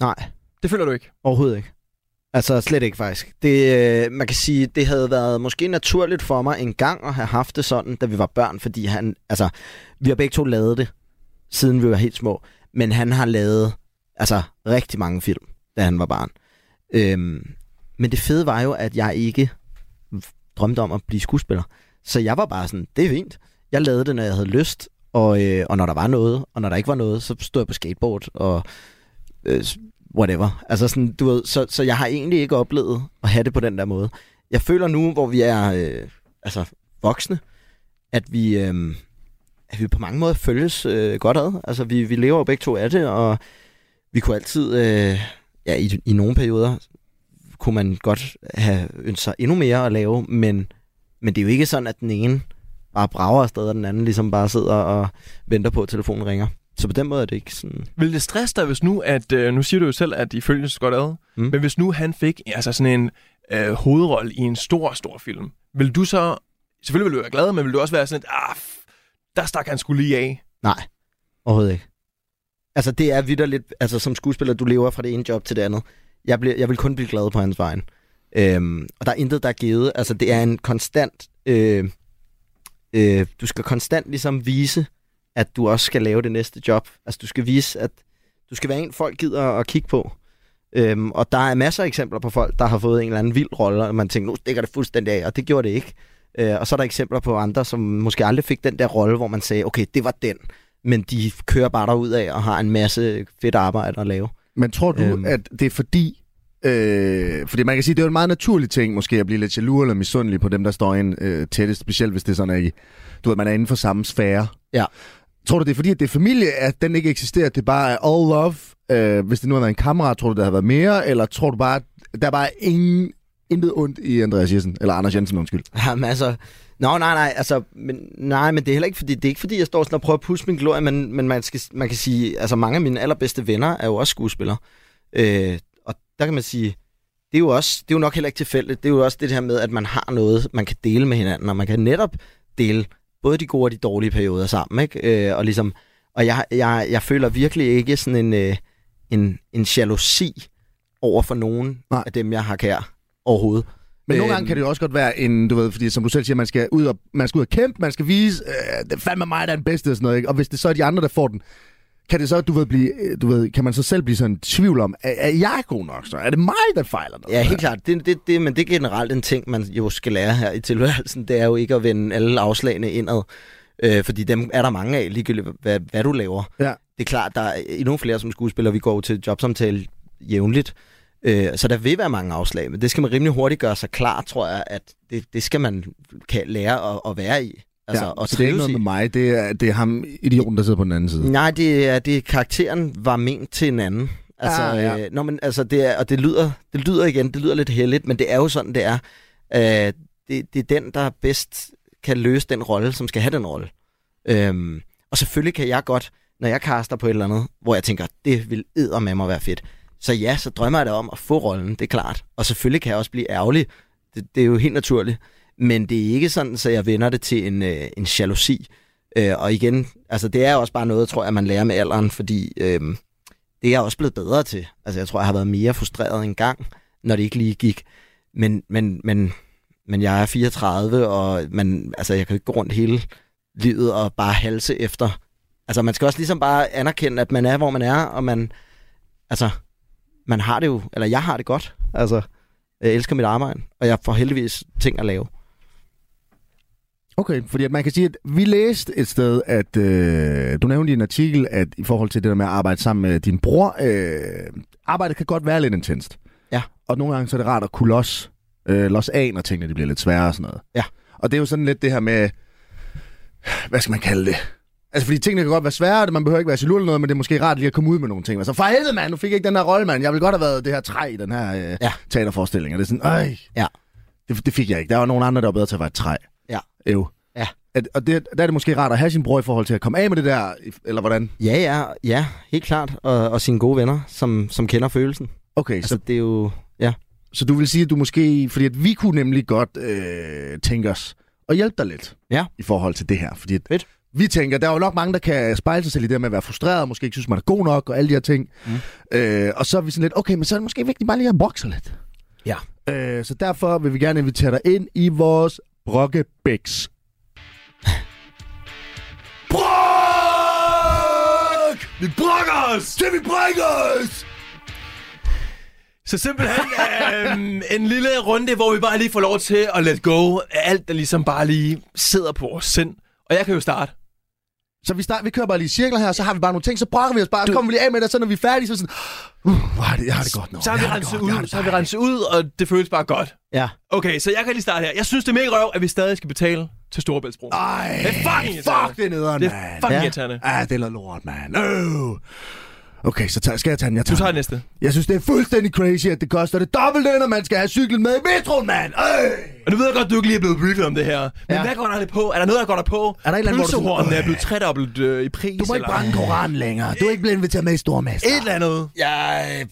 [SPEAKER 5] Nej.
[SPEAKER 4] Det føler du ikke?
[SPEAKER 5] Overhovedet ikke. Altså slet ikke faktisk. Det, øh, man kan sige, det havde været måske naturligt for mig en gang at have haft det sådan, da vi var børn, fordi han, altså, vi har begge to lavet det, siden vi var helt små, men han har lavet, altså, rigtig mange film, da han var barn. Øhm, men det fede var jo, at jeg ikke drømte om at blive skuespiller. Så jeg var bare sådan, det er fint. Jeg lavede det, når jeg havde lyst, og, øh, og når der var noget, og når der ikke var noget, så stod jeg på skateboard, og øh, whatever. Altså sådan, du ved, så, så jeg har egentlig ikke oplevet at have det på den der måde. Jeg føler nu, hvor vi er øh, altså voksne, at vi, øh, at vi på mange måder følges øh, godt ad. Altså vi, vi lever jo begge to af det, og vi kunne altid, øh, ja i, i nogle perioder, kunne man godt have ønsket sig endnu mere at lave, men, men det er jo ikke sådan, at den ene bare brager afsted, og den anden ligesom bare sidder og venter på, at telefonen ringer. Så på den måde er det ikke sådan...
[SPEAKER 4] Vil det stresse dig, hvis nu, at øh, nu siger du jo selv, at I følges godt ad,
[SPEAKER 5] Mm.
[SPEAKER 4] mm. men hvis nu han fik altså sådan en øh, hovedrolle i en stor, stor film, vil du så, selvfølgelig vil du være glad, men vil du også være sådan et, ah, f- der stak han skulle lige af.
[SPEAKER 5] Nej, overhovedet ikke. Altså, det er vidderligt, altså som skuespiller, du lever fra det ene job til det andet. Jeg, bliver, jeg vil kun blive glad på hans vejen. Øhm, og der er intet, der er givet. Altså, det er en konstant... Øh, øh, du skal konstant ligesom vise, at du også skal lave det næste job. Altså, du skal vise, at du skal være en, folk gider at kigge på. Øhm, og der er masser af eksempler på folk, der har fået en eller anden vild rolle, og man tænker, nu stikker det fuldstændig af, og det gjorde det ikke. Øh, og så er der eksempler på andre, som måske aldrig fik den der rolle, hvor man sagde, okay, det var den men de kører bare af og har en masse fedt arbejde at lave.
[SPEAKER 3] Men tror du, øhm.
[SPEAKER 5] Øhm.
[SPEAKER 3] at det er fordi... Øh, fordi man kan sige, det er jo en meget naturlig ting måske at blive lidt jaloux eller misundelig på dem, der står en øh, tættest, specielt hvis det er sådan, at I, du ved, man er inden for samme sfære.
[SPEAKER 5] Ja.
[SPEAKER 3] Tror du, det er fordi, at det er familie, at den ikke eksisterer, at det bare er all love? Øh, hvis det nu havde været en kammerat, tror du, der havde været mere? Eller tror du bare, at der er bare ingen, intet ondt i Andreas Jensen? Eller Anders Jensen, undskyld.
[SPEAKER 5] Jamen altså, nå nej nej, altså, men, nej, men det er heller ikke fordi, det er ikke fordi, jeg står sådan og prøver at pusse min glorie, men, men man, skal, man kan sige, altså mange af mine allerbedste venner er jo også skuespillere. Øh, og der kan man sige, det er jo også, det er jo nok heller ikke tilfældigt, det er jo også det her med, at man har noget, man kan dele med hinanden, og man kan netop dele både de gode og de dårlige perioder sammen, ikke? Øh, og ligesom, og jeg, jeg, jeg føler virkelig ikke sådan en, øh, en, en jalousi over for nogen
[SPEAKER 3] Nej.
[SPEAKER 5] Nej. af dem, jeg har kær overhovedet.
[SPEAKER 3] Men nogle
[SPEAKER 5] Øhm.
[SPEAKER 3] gange kan det jo også godt være en, du ved, fordi som du selv siger, man skal ud og, man skal ud og kæmpe, man skal vise, øh, det er fandme mig, der er den bedste og sådan noget, ikke? Og hvis det så er de andre, der får den, kan det så, du ved, blive, øh, du ved, kan man så selv blive sådan i tvivl om, er, er jeg god nok så? Er det mig, der fejler noget?
[SPEAKER 5] Ja, helt klart. Det, det, det, men det er generelt en ting, man jo skal lære her i tilværelsen. Det er jo ikke at vende alle afslagene indad. Øh, fordi dem er der mange af, ligegyldigt hvad, hvad du laver.
[SPEAKER 3] Ja.
[SPEAKER 5] Det er klart, der er endnu flere som skuespillere. Vi går jo til jobsamtale jævnligt. Øh, så der vil være mange afslag, men det skal man rimelig hurtigt gøre sig klar, tror jeg, at det, det skal man kan lære at, at være i. Altså,
[SPEAKER 3] ja,
[SPEAKER 5] at
[SPEAKER 3] så det er ikke
[SPEAKER 5] trives
[SPEAKER 3] noget
[SPEAKER 5] i.
[SPEAKER 3] med mig, det er, det er ham, idioten, der sidder på den anden side.
[SPEAKER 5] Nej, det er, det er karakteren var ment til en anden. Altså,
[SPEAKER 3] Ah,
[SPEAKER 5] ah,
[SPEAKER 3] ja.
[SPEAKER 5] ja. øh, når man, altså det er, og det lyder, det lyder igen, det lyder lidt heldigt, men det er jo sådan, det er. Øh, det, det er den, der bedst kan løse den rolle, som skal have den rolle. Øhm, og selvfølgelig kan jeg godt, når jeg kaster på et eller andet, hvor jeg tænker, det vil æder med mig være fedt. Så ja, så drømmer jeg da om at få rollen, det er klart. Og selvfølgelig kan jeg også blive ærgerlig. Det, det er jo helt naturligt. Men det er ikke sådan, så jeg vender det til en, øh, en jalousi. Øh, og igen, altså det er også bare noget, tror jeg, man lærer med alderen, fordi øh, det er jeg også blevet bedre til. Altså jeg tror, jeg har været mere frustreret en gang, når det ikke lige gik. Men, men, men, men jeg er 34, og man, altså, jeg kan jo ikke gå rundt hele livet og bare halse efter. Altså man skal også ligesom bare anerkende, at man er, hvor man er, og man, altså, man har det jo, eller jeg har det godt. Altså, jeg elsker mit arbejde, og jeg får heldigvis ting at lave.
[SPEAKER 3] Okay, fordi at man kan sige, at vi læste et sted, at øh, du nævnte i en artikel, at i forhold til det der med at arbejde sammen med din bror, øh, arbejdet kan godt være lidt intenst.
[SPEAKER 5] Ja.
[SPEAKER 3] Og nogle gange så er det rart at kunne los, øh, los af, når tingene de bliver lidt sværere og sådan noget.
[SPEAKER 5] Ja.
[SPEAKER 3] Og det er jo sådan lidt det her med, hvad skal man kalde det? Altså, fordi tingene kan godt være svære, og man behøver ikke være silur eller noget, men det er måske rart lige at komme ud med nogle ting. Altså, for helvede, mand, nu fik jeg ikke den her rolle, mand. Jeg ville godt have været det her træ i den her øh, ja.
[SPEAKER 5] Ja.
[SPEAKER 3] teaterforestilling. Og det er sådan, øj,
[SPEAKER 5] Ja.
[SPEAKER 3] det, det fik jeg ikke. Der var nogle andre, der var bedre til at være et træ.
[SPEAKER 5] Ja.
[SPEAKER 3] Øv.
[SPEAKER 5] Ja.
[SPEAKER 3] At, og det, der er det måske rart at have sin bror i forhold til at komme af med det der, i- eller hvordan?
[SPEAKER 5] Ja, ja, ja, helt klart. Og, og sine gode venner, som, som kender følelsen.
[SPEAKER 3] Okay,
[SPEAKER 5] Altså,
[SPEAKER 3] altså,
[SPEAKER 5] det er jo... Ja,
[SPEAKER 3] så, så du vil sige, at du måske... Fordi at vi kunne nemlig godt øh, tænke os at hjælpe dig lidt
[SPEAKER 5] Ja.
[SPEAKER 3] i forhold til det her. Fordi at
[SPEAKER 5] Fedt.
[SPEAKER 3] vi tænker, der er jo nok mange, der kan spejle sig selv i det her med at være frustreret, og måske ikke synes, man er god nok, og alle de her ting. Mm.
[SPEAKER 5] Mm.
[SPEAKER 3] Øh, og så er vi sådan lidt, okay, men så er det måske vigtigt bare lige at brokse lidt.
[SPEAKER 5] Ja.
[SPEAKER 3] Øh, så derfor vil vi gerne invitere dig ind i vores Brokkebæks.
[SPEAKER 4] Brok! Vi brokker os!
[SPEAKER 3] Det vi brækker os!
[SPEAKER 4] Så simpelthen øhm, en lille runde, hvor vi bare lige får lov til at let go af alt, der ligesom bare lige sidder på vores sind. Og jeg kan jo starte.
[SPEAKER 3] Så vi, start, vi kører bare lige i cirkler her, og så har vi bare nogle ting, så brokker vi os bare, og så kommer vi lige af med det, og så når vi er færdige, så er det sådan, uh, hvor har det, jeg har det godt nu.
[SPEAKER 4] Så har vi
[SPEAKER 3] Jeg det
[SPEAKER 4] renset
[SPEAKER 3] godt, jeg har
[SPEAKER 4] ud,
[SPEAKER 3] det
[SPEAKER 4] så har vi
[SPEAKER 3] dejligt."
[SPEAKER 4] renset ud, og det føles bare godt.
[SPEAKER 5] ja.
[SPEAKER 4] Okay, så jeg kan lige starte her. Jeg synes, det er mega røv, at vi stadig skal betale til Storebæltsbroen.
[SPEAKER 3] Ej,
[SPEAKER 4] Det er fucking
[SPEAKER 3] fuck,
[SPEAKER 4] irriterende.
[SPEAKER 3] det er nederen,
[SPEAKER 4] Det er
[SPEAKER 3] mand.
[SPEAKER 4] fucking
[SPEAKER 5] Ja.
[SPEAKER 4] irriterende.
[SPEAKER 3] Ah, det er noget lort, mand. Øh. Okay, så tager, skal jeg tage den? Jeg
[SPEAKER 4] Du
[SPEAKER 3] tager,
[SPEAKER 4] tager næste.
[SPEAKER 3] Jeg synes, det er fuldstændig crazy, at det koster det dobbelte, når man skal have cyklen med i metroen, mand. Øh.
[SPEAKER 4] Og nu ved jeg godt, du ikke lige er blevet briefet om det her. Men
[SPEAKER 3] Ja.
[SPEAKER 4] ja. hvad går der lidt på? Er der noget, der går der på?
[SPEAKER 3] Er der et eller andet, hvor du sådan,
[SPEAKER 4] Pølsehornene er
[SPEAKER 3] øh,
[SPEAKER 4] blevet tredobbelt øh, i pris?
[SPEAKER 3] Du må ikke
[SPEAKER 4] eller?
[SPEAKER 3] brænde koranen længere. Du er ikke blevet inviteret med i stormester.
[SPEAKER 4] Et eller andet.
[SPEAKER 5] Jeg,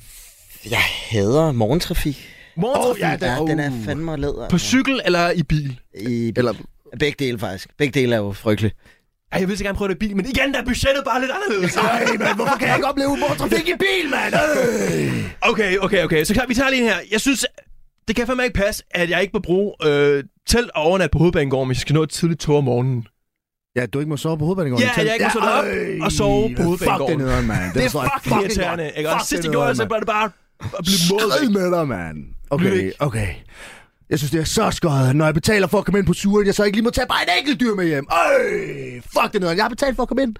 [SPEAKER 5] jeg hader morgentrafik.
[SPEAKER 4] Morgentrafik.
[SPEAKER 3] Åh, ja, det-
[SPEAKER 5] Ja, oh. den
[SPEAKER 3] Uh.
[SPEAKER 5] er fandme leder.
[SPEAKER 4] På cykel eller i bil?
[SPEAKER 5] I,
[SPEAKER 3] Eller,
[SPEAKER 5] begge dele, faktisk. Begge dele er jo frygtelige.
[SPEAKER 4] Ej, jeg vil så gerne prøve det i bil, men igen, der er budgettet bare lidt anderledes.
[SPEAKER 3] ej, men hvorfor kan jeg ikke opleve motortrafik i bil, mand? Øh.
[SPEAKER 4] Okay, okay, okay. Så klar, vi tager lige en her. Jeg synes, det kan fandme ikke passe, at jeg ikke må bruge øh, telt og overnat på hovedbanegården, hvis jeg skal nå et tidligt tog om morgenen.
[SPEAKER 3] Ah, Ja, du ikke må sove på hovedbanegården.
[SPEAKER 4] Ja,
[SPEAKER 3] i telt.
[SPEAKER 4] jeg ikke må stå derop
[SPEAKER 3] øj,
[SPEAKER 4] og sove på
[SPEAKER 3] Fuck det
[SPEAKER 4] hovedbanegården.
[SPEAKER 3] nederen, mand.
[SPEAKER 4] Det er
[SPEAKER 3] forstår jeg
[SPEAKER 4] fucking irriterende,
[SPEAKER 3] godt.
[SPEAKER 4] ikke? Og
[SPEAKER 3] Fuck,
[SPEAKER 4] sidst
[SPEAKER 3] det
[SPEAKER 4] jeg gjorde,
[SPEAKER 3] nederen,
[SPEAKER 4] så
[SPEAKER 3] mand.
[SPEAKER 4] var det bare at blive modet.
[SPEAKER 3] Skrid
[SPEAKER 4] ikke?
[SPEAKER 3] med dig, mand.
[SPEAKER 4] Bliv
[SPEAKER 3] Okay,
[SPEAKER 4] ikke.
[SPEAKER 3] okay. Jeg synes, det er så skøjet, når jeg betaler for at komme ind på turen, jeg så ikke lige må tage bare et enkelt dyr med hjem. Øj, fuck det nederen. Jeg har betalt for at komme ind.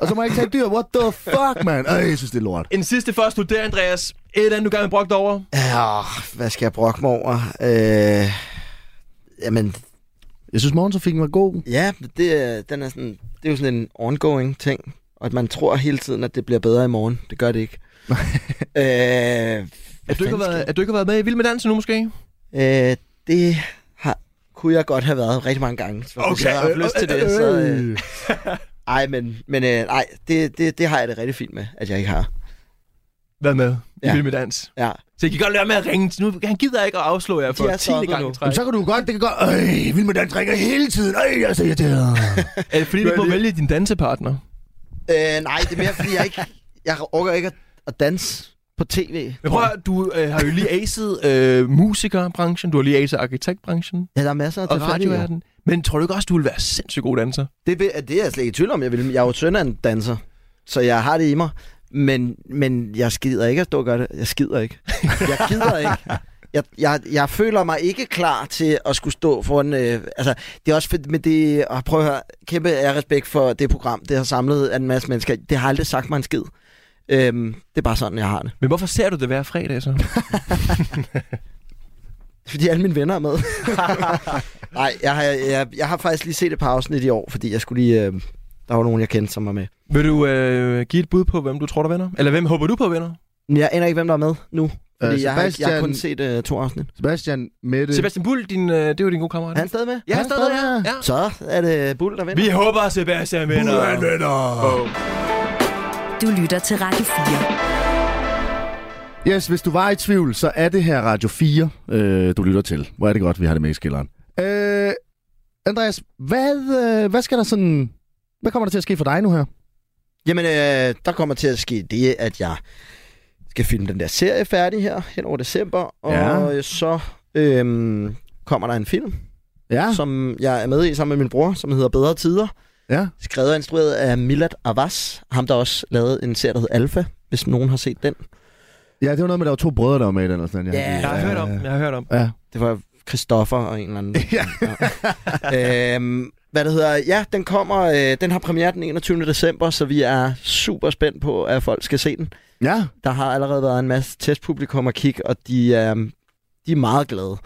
[SPEAKER 3] og så må jeg ikke tage et dyr. What the fuck, mand? Øj, jeg synes, det er lort.
[SPEAKER 4] En sidste for at studere, Andreas. Et eller andet, du gerne vil brokke dig over.
[SPEAKER 5] Ja, hvad skal jeg brokke mig over? Øh, jamen,
[SPEAKER 3] Jeg synes, morgentrafikken var god.
[SPEAKER 5] ja, det, er- den er sådan, det er jo sådan en ongoing ting. Og at man tror hele tiden, at det bliver bedre i morgen. Det gør det ikke. øh,
[SPEAKER 4] At du, ikke har
[SPEAKER 5] fanden
[SPEAKER 4] været, at du ikke har været med i Vild med Dans nu, måske?
[SPEAKER 5] øh, det har, kunne jeg godt have været rigtig mange gange. Så
[SPEAKER 4] Okay,
[SPEAKER 5] Hvis jeg har haft
[SPEAKER 4] øh,
[SPEAKER 5] lyst til det, så... Øh, Ej, men, men øh, nej, det, det, det har jeg det rigtig fint med, at jeg ikke har.
[SPEAKER 4] været med i
[SPEAKER 5] Ja.
[SPEAKER 4] ja. Vild med Dans.
[SPEAKER 5] Ja.
[SPEAKER 4] Så I kan godt lade være med at ringe. til- Nu, han gider ikke at afslå jer
[SPEAKER 5] De
[SPEAKER 4] for
[SPEAKER 5] er
[SPEAKER 4] 10.
[SPEAKER 5] stoppet
[SPEAKER 4] gang
[SPEAKER 5] nu.
[SPEAKER 4] i træk.
[SPEAKER 3] Jamen, så kan du godt, det kan godt... Øj, Vild med Dans ringer hele tiden. Øj, jeg er så irriteret.
[SPEAKER 4] Er det fordi, du ikke må vælge din dansepartner?
[SPEAKER 5] Øh, nej, det er mere, fordi jeg ikke... Jeg orker ikke at, at danse på tv.
[SPEAKER 4] Men prøv at høre, du øh, har jo lige acet øh, musikerbranchen, du har lige acet arkitektbranchen
[SPEAKER 5] Ja, der er masser af
[SPEAKER 4] og
[SPEAKER 5] tilfældigheder.
[SPEAKER 4] radioverdenen. Men tror du ikke også, du vil være sindssygt god danser?
[SPEAKER 5] Det, be- det er jeg slet ikke i tvivl om. Jeg, vil, jeg er jo søn af en danser, så jeg har det i mig. Men, men jeg skider ikke at stå og gøre det. Jeg skider ikke. Jeg gider ikke. Jeg, jeg, jeg føler mig ikke klar til at skulle stå foran... Øh, altså, det er også fedt med det... Og prøv at høre, kæmpe af respekt for det program, det har samlet en masse mennesker. Det har aldrig sagt mig en skid. Øhm, det er bare sådan, jeg har det.
[SPEAKER 4] Men hvorfor ser du det hver fredag så?
[SPEAKER 5] Fordi alle mine venner er med. Nej, jeg har, jeg, jeg har faktisk lige set et par afsnit i år, fordi jeg skulle lige... Øh, der var nogen, jeg kendte, som var med.
[SPEAKER 4] Vil du øh, give et bud på, hvem du tror, der vinder? Eller hvem håber du på vinder?
[SPEAKER 5] Men jeg aner ikke, hvem der er med nu. Fordi øh, jeg, har, ikke- jeg har
[SPEAKER 3] Sebastian-
[SPEAKER 5] kun set øh, to afsnit.
[SPEAKER 3] Sebastian, Mette...
[SPEAKER 4] Sebastian Bull, din, øh, det er jo din gode kammerat.
[SPEAKER 5] Er han stadig med?
[SPEAKER 4] Ja, han er stadig
[SPEAKER 3] Han er
[SPEAKER 4] der. Ja.
[SPEAKER 5] Så er det Bull, der vinder.
[SPEAKER 4] Vi håber, Sebastian vinder.
[SPEAKER 3] Bull, han vinder.
[SPEAKER 4] Oh.
[SPEAKER 1] Du lytter til Radio 4.
[SPEAKER 3] Yes, hvis du var i tvivl, så er det her Radio 4, øh, du lytter til. Hvor er det godt, vi har det med i skilleren. Øh, Andreas, hvad, øh, hvad skal der sådan... Hvad kommer der til at ske for dig nu her?
[SPEAKER 5] Jamen, øh, der kommer til at ske det, at jeg skal filme den der serie færdig her hen over december. Og
[SPEAKER 3] Ja.
[SPEAKER 5] ja. så øh, kommer der en film,
[SPEAKER 3] Ja,
[SPEAKER 5] ja. som jeg er med i sammen med min bror, som hedder Bedre Tider.
[SPEAKER 3] ja.
[SPEAKER 5] Skrevet og instrueret af Milad Abbas. Ham, der også lavede en serie, der hedder Alpha, hvis nogen har set den.
[SPEAKER 3] Ja, det var noget med, at der var to brødre, der var med i den. Eller sådan.
[SPEAKER 5] Ja,
[SPEAKER 4] Jeg har hørt om, jeg har hørt om.
[SPEAKER 3] Ja.
[SPEAKER 5] Det var Christoffer og en eller anden. Ja. øhm, hvad det hedder, ja, den kommer, øh, den har premiere den 21. december, så vi er super spændt på, at folk skal se den.
[SPEAKER 3] Ja,
[SPEAKER 5] Der har allerede været en masse testpublikum at kigge, og de, er, de er meget glade.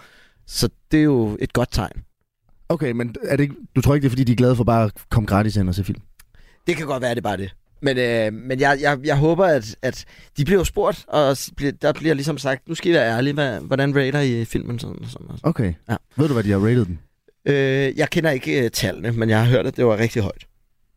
[SPEAKER 5] Så det er jo et godt tegn.
[SPEAKER 3] okay, men er det ikke, du tror ikke, det er, fordi de er glade for bare at komme gratis ind og se film?
[SPEAKER 5] Det kan godt være, det er bare det. Men, øh, men jeg, jeg, jeg håber, at, at de bliver jo spurgt, og s- bliver- der bliver ligesom sagt, nu skal I være ærlige, hvad, hvordan rater I filmen sådan og sådan. Og sådan.
[SPEAKER 3] Okay.
[SPEAKER 5] Ja.
[SPEAKER 3] Ved du, hvad de har rated den?
[SPEAKER 5] Øh, jeg kender ikke øh, tallene, men jeg har hørt, at det var rigtig højt.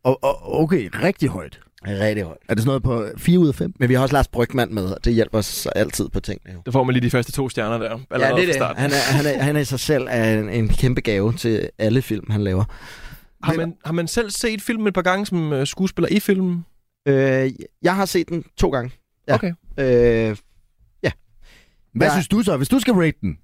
[SPEAKER 3] Og, og, okay, rigtig højt.
[SPEAKER 5] Rigtig højt.
[SPEAKER 3] Er det sådan noget på 4 ud af 5?
[SPEAKER 5] Men vi har også Lars Brygman med, og det hjælper os så altid på tingene. Jo.
[SPEAKER 4] Der får man lige de første to stjerner der. Allerede fra starten.
[SPEAKER 5] Han, er, han, er, han er i sig selv er en, en kæmpe gave til alle film, han laver.
[SPEAKER 4] Har man, har man selv set filmen et par gange som øh, skuespiller i filmen?
[SPEAKER 5] Øh, jeg har set den to gange. Ja.
[SPEAKER 4] Okay.
[SPEAKER 5] Øh,
[SPEAKER 3] Hvad
[SPEAKER 5] Jeg-
[SPEAKER 3] synes du så, hvis du skal rate den?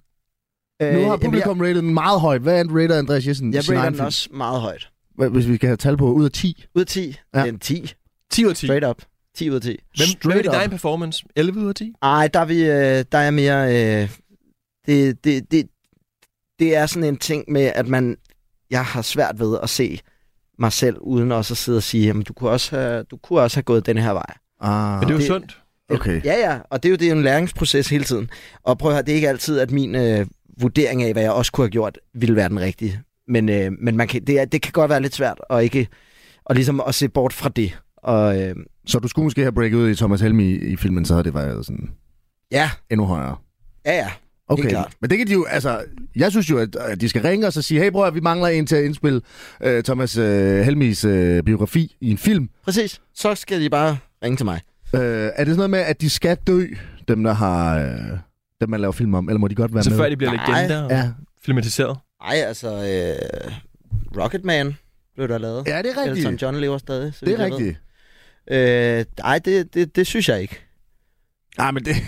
[SPEAKER 3] Øh, nu har
[SPEAKER 5] jamen,
[SPEAKER 3] publikum jeg... rated den meget højt. Hvad rater Andreas Jessen?
[SPEAKER 5] Jeg,
[SPEAKER 3] sin
[SPEAKER 5] jeg rater
[SPEAKER 3] egen
[SPEAKER 5] den
[SPEAKER 3] film?
[SPEAKER 5] også meget højt.
[SPEAKER 3] Hvad- Hvis vi skal have tal på ud af 10.
[SPEAKER 5] Ud af 10.
[SPEAKER 3] Ja.
[SPEAKER 5] Ja. En 10.
[SPEAKER 4] 10 ud af 10. Hvem,
[SPEAKER 5] Straight up. 10 ud af 10.
[SPEAKER 4] hvem er
[SPEAKER 3] Straight
[SPEAKER 4] det dig
[SPEAKER 3] up.
[SPEAKER 4] en performance? 11 ud af 10?
[SPEAKER 5] Ej, der er, vi, øh, der er mere... Øh, det, det, det, det er sådan en ting med, at man... Jeg har svært ved at se mig selv, uden også at sidde og sige, jamen, du kunne også have, du kunne også have gået den her vej.
[SPEAKER 3] Ah,
[SPEAKER 4] Men det er jo
[SPEAKER 5] det-
[SPEAKER 4] sundt.
[SPEAKER 3] okay.
[SPEAKER 5] Ja, ja, og det er jo, det er jo en læringsproces hele tiden. Og prøv at høre, det er ikke altid, at min øh, vurdering af, hvad jeg også kunne have gjort, ville være den rigtige. Men, øh, men man kan, det, er, det kan godt være lidt svært at, ikke, og ligesom at se bort fra det. Og øh,
[SPEAKER 3] Så du skulle måske have breaket ud i Thomas Helmi i, i filmen, så havde det været sådan
[SPEAKER 5] ja,
[SPEAKER 3] endnu højere.
[SPEAKER 5] ja, ja.
[SPEAKER 3] Okay,
[SPEAKER 5] klart.
[SPEAKER 3] men det kan de jo, altså, jeg synes jo, at at de skal ringe os og sige, hey bror, vi mangler en til at indspille øh, Thomas øh, Helmis øh, biografi i en film.
[SPEAKER 5] Præcis. Så skal de bare ringe til mig.
[SPEAKER 3] Øh, er det sådan noget med, at de skal dø, dem der har, øh, dem man laver film om, eller må de godt være
[SPEAKER 4] Så
[SPEAKER 3] med?
[SPEAKER 4] før de bliver
[SPEAKER 5] Nej.
[SPEAKER 4] legender og
[SPEAKER 3] Ja.
[SPEAKER 4] filmatiseret.
[SPEAKER 5] Ej, altså, øh, Rocketman blev der lavet.
[SPEAKER 3] ja, det er rigtigt.
[SPEAKER 5] Elton John lever stadig. Så
[SPEAKER 3] Det
[SPEAKER 5] vidt
[SPEAKER 3] er
[SPEAKER 5] jeg ved.
[SPEAKER 3] rigtigt.
[SPEAKER 5] Øh, ej, det, det, det synes jeg ikke.
[SPEAKER 3] Nej, Ah, men det...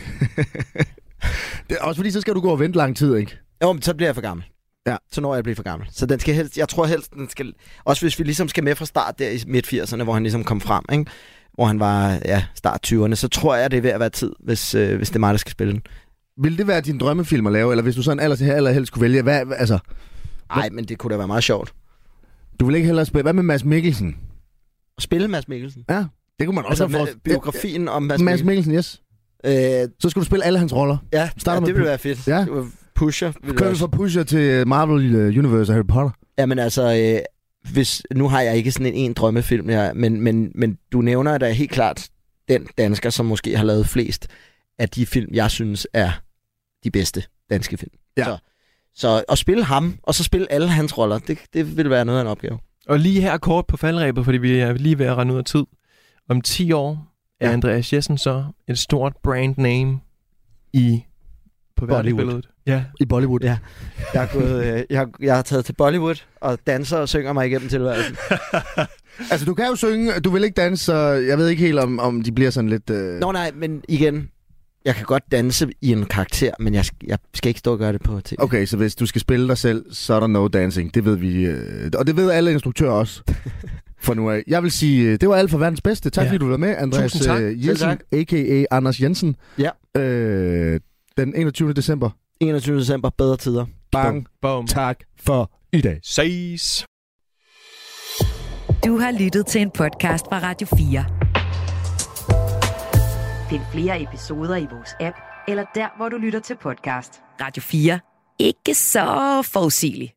[SPEAKER 3] det er også fordi, så skal du gå og vente lang tid, ikke?
[SPEAKER 5] Jo, men så bliver jeg for gammel.
[SPEAKER 3] Ja.
[SPEAKER 5] Så når jeg bliver for gammel. Så den skal helst, jeg tror helst, den skal... Også hvis vi ligesom skal med fra start der i midt-80'erne, hvor han ligesom kom frem, ikke? hvor han var ja, start 20'erne, så tror jeg, det er ved at være tid, hvis, øh, hvis det er mig, der skal spille den.
[SPEAKER 3] Vil det være din drømmefilm at lave, eller hvis du sådan aller, aller helst kunne vælge, hvad, hvad- altså,
[SPEAKER 5] Nej, men det kunne da være meget sjovt.
[SPEAKER 3] du vil ikke hellere spille, hvad med Mads Mikkelsen?
[SPEAKER 5] At spille Mads Mikkelsen.
[SPEAKER 3] Ja, det kunne man også
[SPEAKER 5] Altså
[SPEAKER 3] have
[SPEAKER 5] med,
[SPEAKER 3] forst-
[SPEAKER 5] biografien om
[SPEAKER 3] Mads
[SPEAKER 5] Mads,
[SPEAKER 3] Mikkelsen. Mads
[SPEAKER 5] Mikkelsen.
[SPEAKER 3] Mikkelsen, yes.
[SPEAKER 5] Øh,
[SPEAKER 3] Så skal du spille alle hans roller.
[SPEAKER 5] ja,
[SPEAKER 3] Starter
[SPEAKER 5] ja,
[SPEAKER 3] med
[SPEAKER 5] det ville
[SPEAKER 3] Pu-
[SPEAKER 5] være fedt.
[SPEAKER 3] Ja.
[SPEAKER 5] Pusher. ville
[SPEAKER 3] Kører vi
[SPEAKER 5] også-
[SPEAKER 3] fra Pusher til Marvel øh, Universe og Harry Potter?
[SPEAKER 5] Jamen altså, øh, hvis, nu har jeg ikke sådan en, en drømmefilm, jeg, men, men, men du nævner da helt klart den dansker, som måske har lavet flest af de film, jeg synes er de bedste danske film.
[SPEAKER 3] Ja.
[SPEAKER 5] Så, så at spille ham, og så spille alle hans roller, det, det vil være noget af en opgave.
[SPEAKER 4] Og lige her kort på faldrebet, fordi vi er lige ved at rende ud af tid. Om 10 år er ja. Andreas Jessen så et stort brand name i på
[SPEAKER 5] Bollywood.
[SPEAKER 4] verdensbilledet. Ja.
[SPEAKER 3] I Bollywood.
[SPEAKER 5] Ja. Jeg, er gået, øh, jeg, jeg har taget til Bollywood og danser og synger mig igennem tilværelsen.
[SPEAKER 3] Altså, du kan jo synge, du vil ikke danse, så jeg ved ikke helt, om, om de bliver sådan lidt... Øh...
[SPEAKER 5] Nå nej, men igen, jeg kan godt danse i en karakter, men jeg, sk- jeg skal ikke stå og gøre det på tv.
[SPEAKER 3] Okay, så hvis du skal spille dig selv, så er der no dancing. Det ved vi. Øh... Og det ved alle instruktører også. For nu af. Jeg vil sige, øh, det var alt for verdens bedste. Tak
[SPEAKER 4] Ja.
[SPEAKER 3] ja. fordi du var med, Andreas
[SPEAKER 4] Tusind tak.
[SPEAKER 3] øh,
[SPEAKER 5] Selv
[SPEAKER 3] Jensen,
[SPEAKER 5] tak.
[SPEAKER 3] a.k.a. Anders Jensen.
[SPEAKER 5] Ja.
[SPEAKER 3] Øh, den 21. december.
[SPEAKER 5] 21. december, bedre tider.
[SPEAKER 3] Bang.
[SPEAKER 4] Boom.
[SPEAKER 3] Tak for i dag.
[SPEAKER 4] Ses.
[SPEAKER 1] Du har lyttet til en podcast fra Radio 4.
[SPEAKER 2] Find flere episoder i vores app, eller der, hvor du lytter til podcast.
[SPEAKER 1] Radio 4. Ikke så forudsigelig.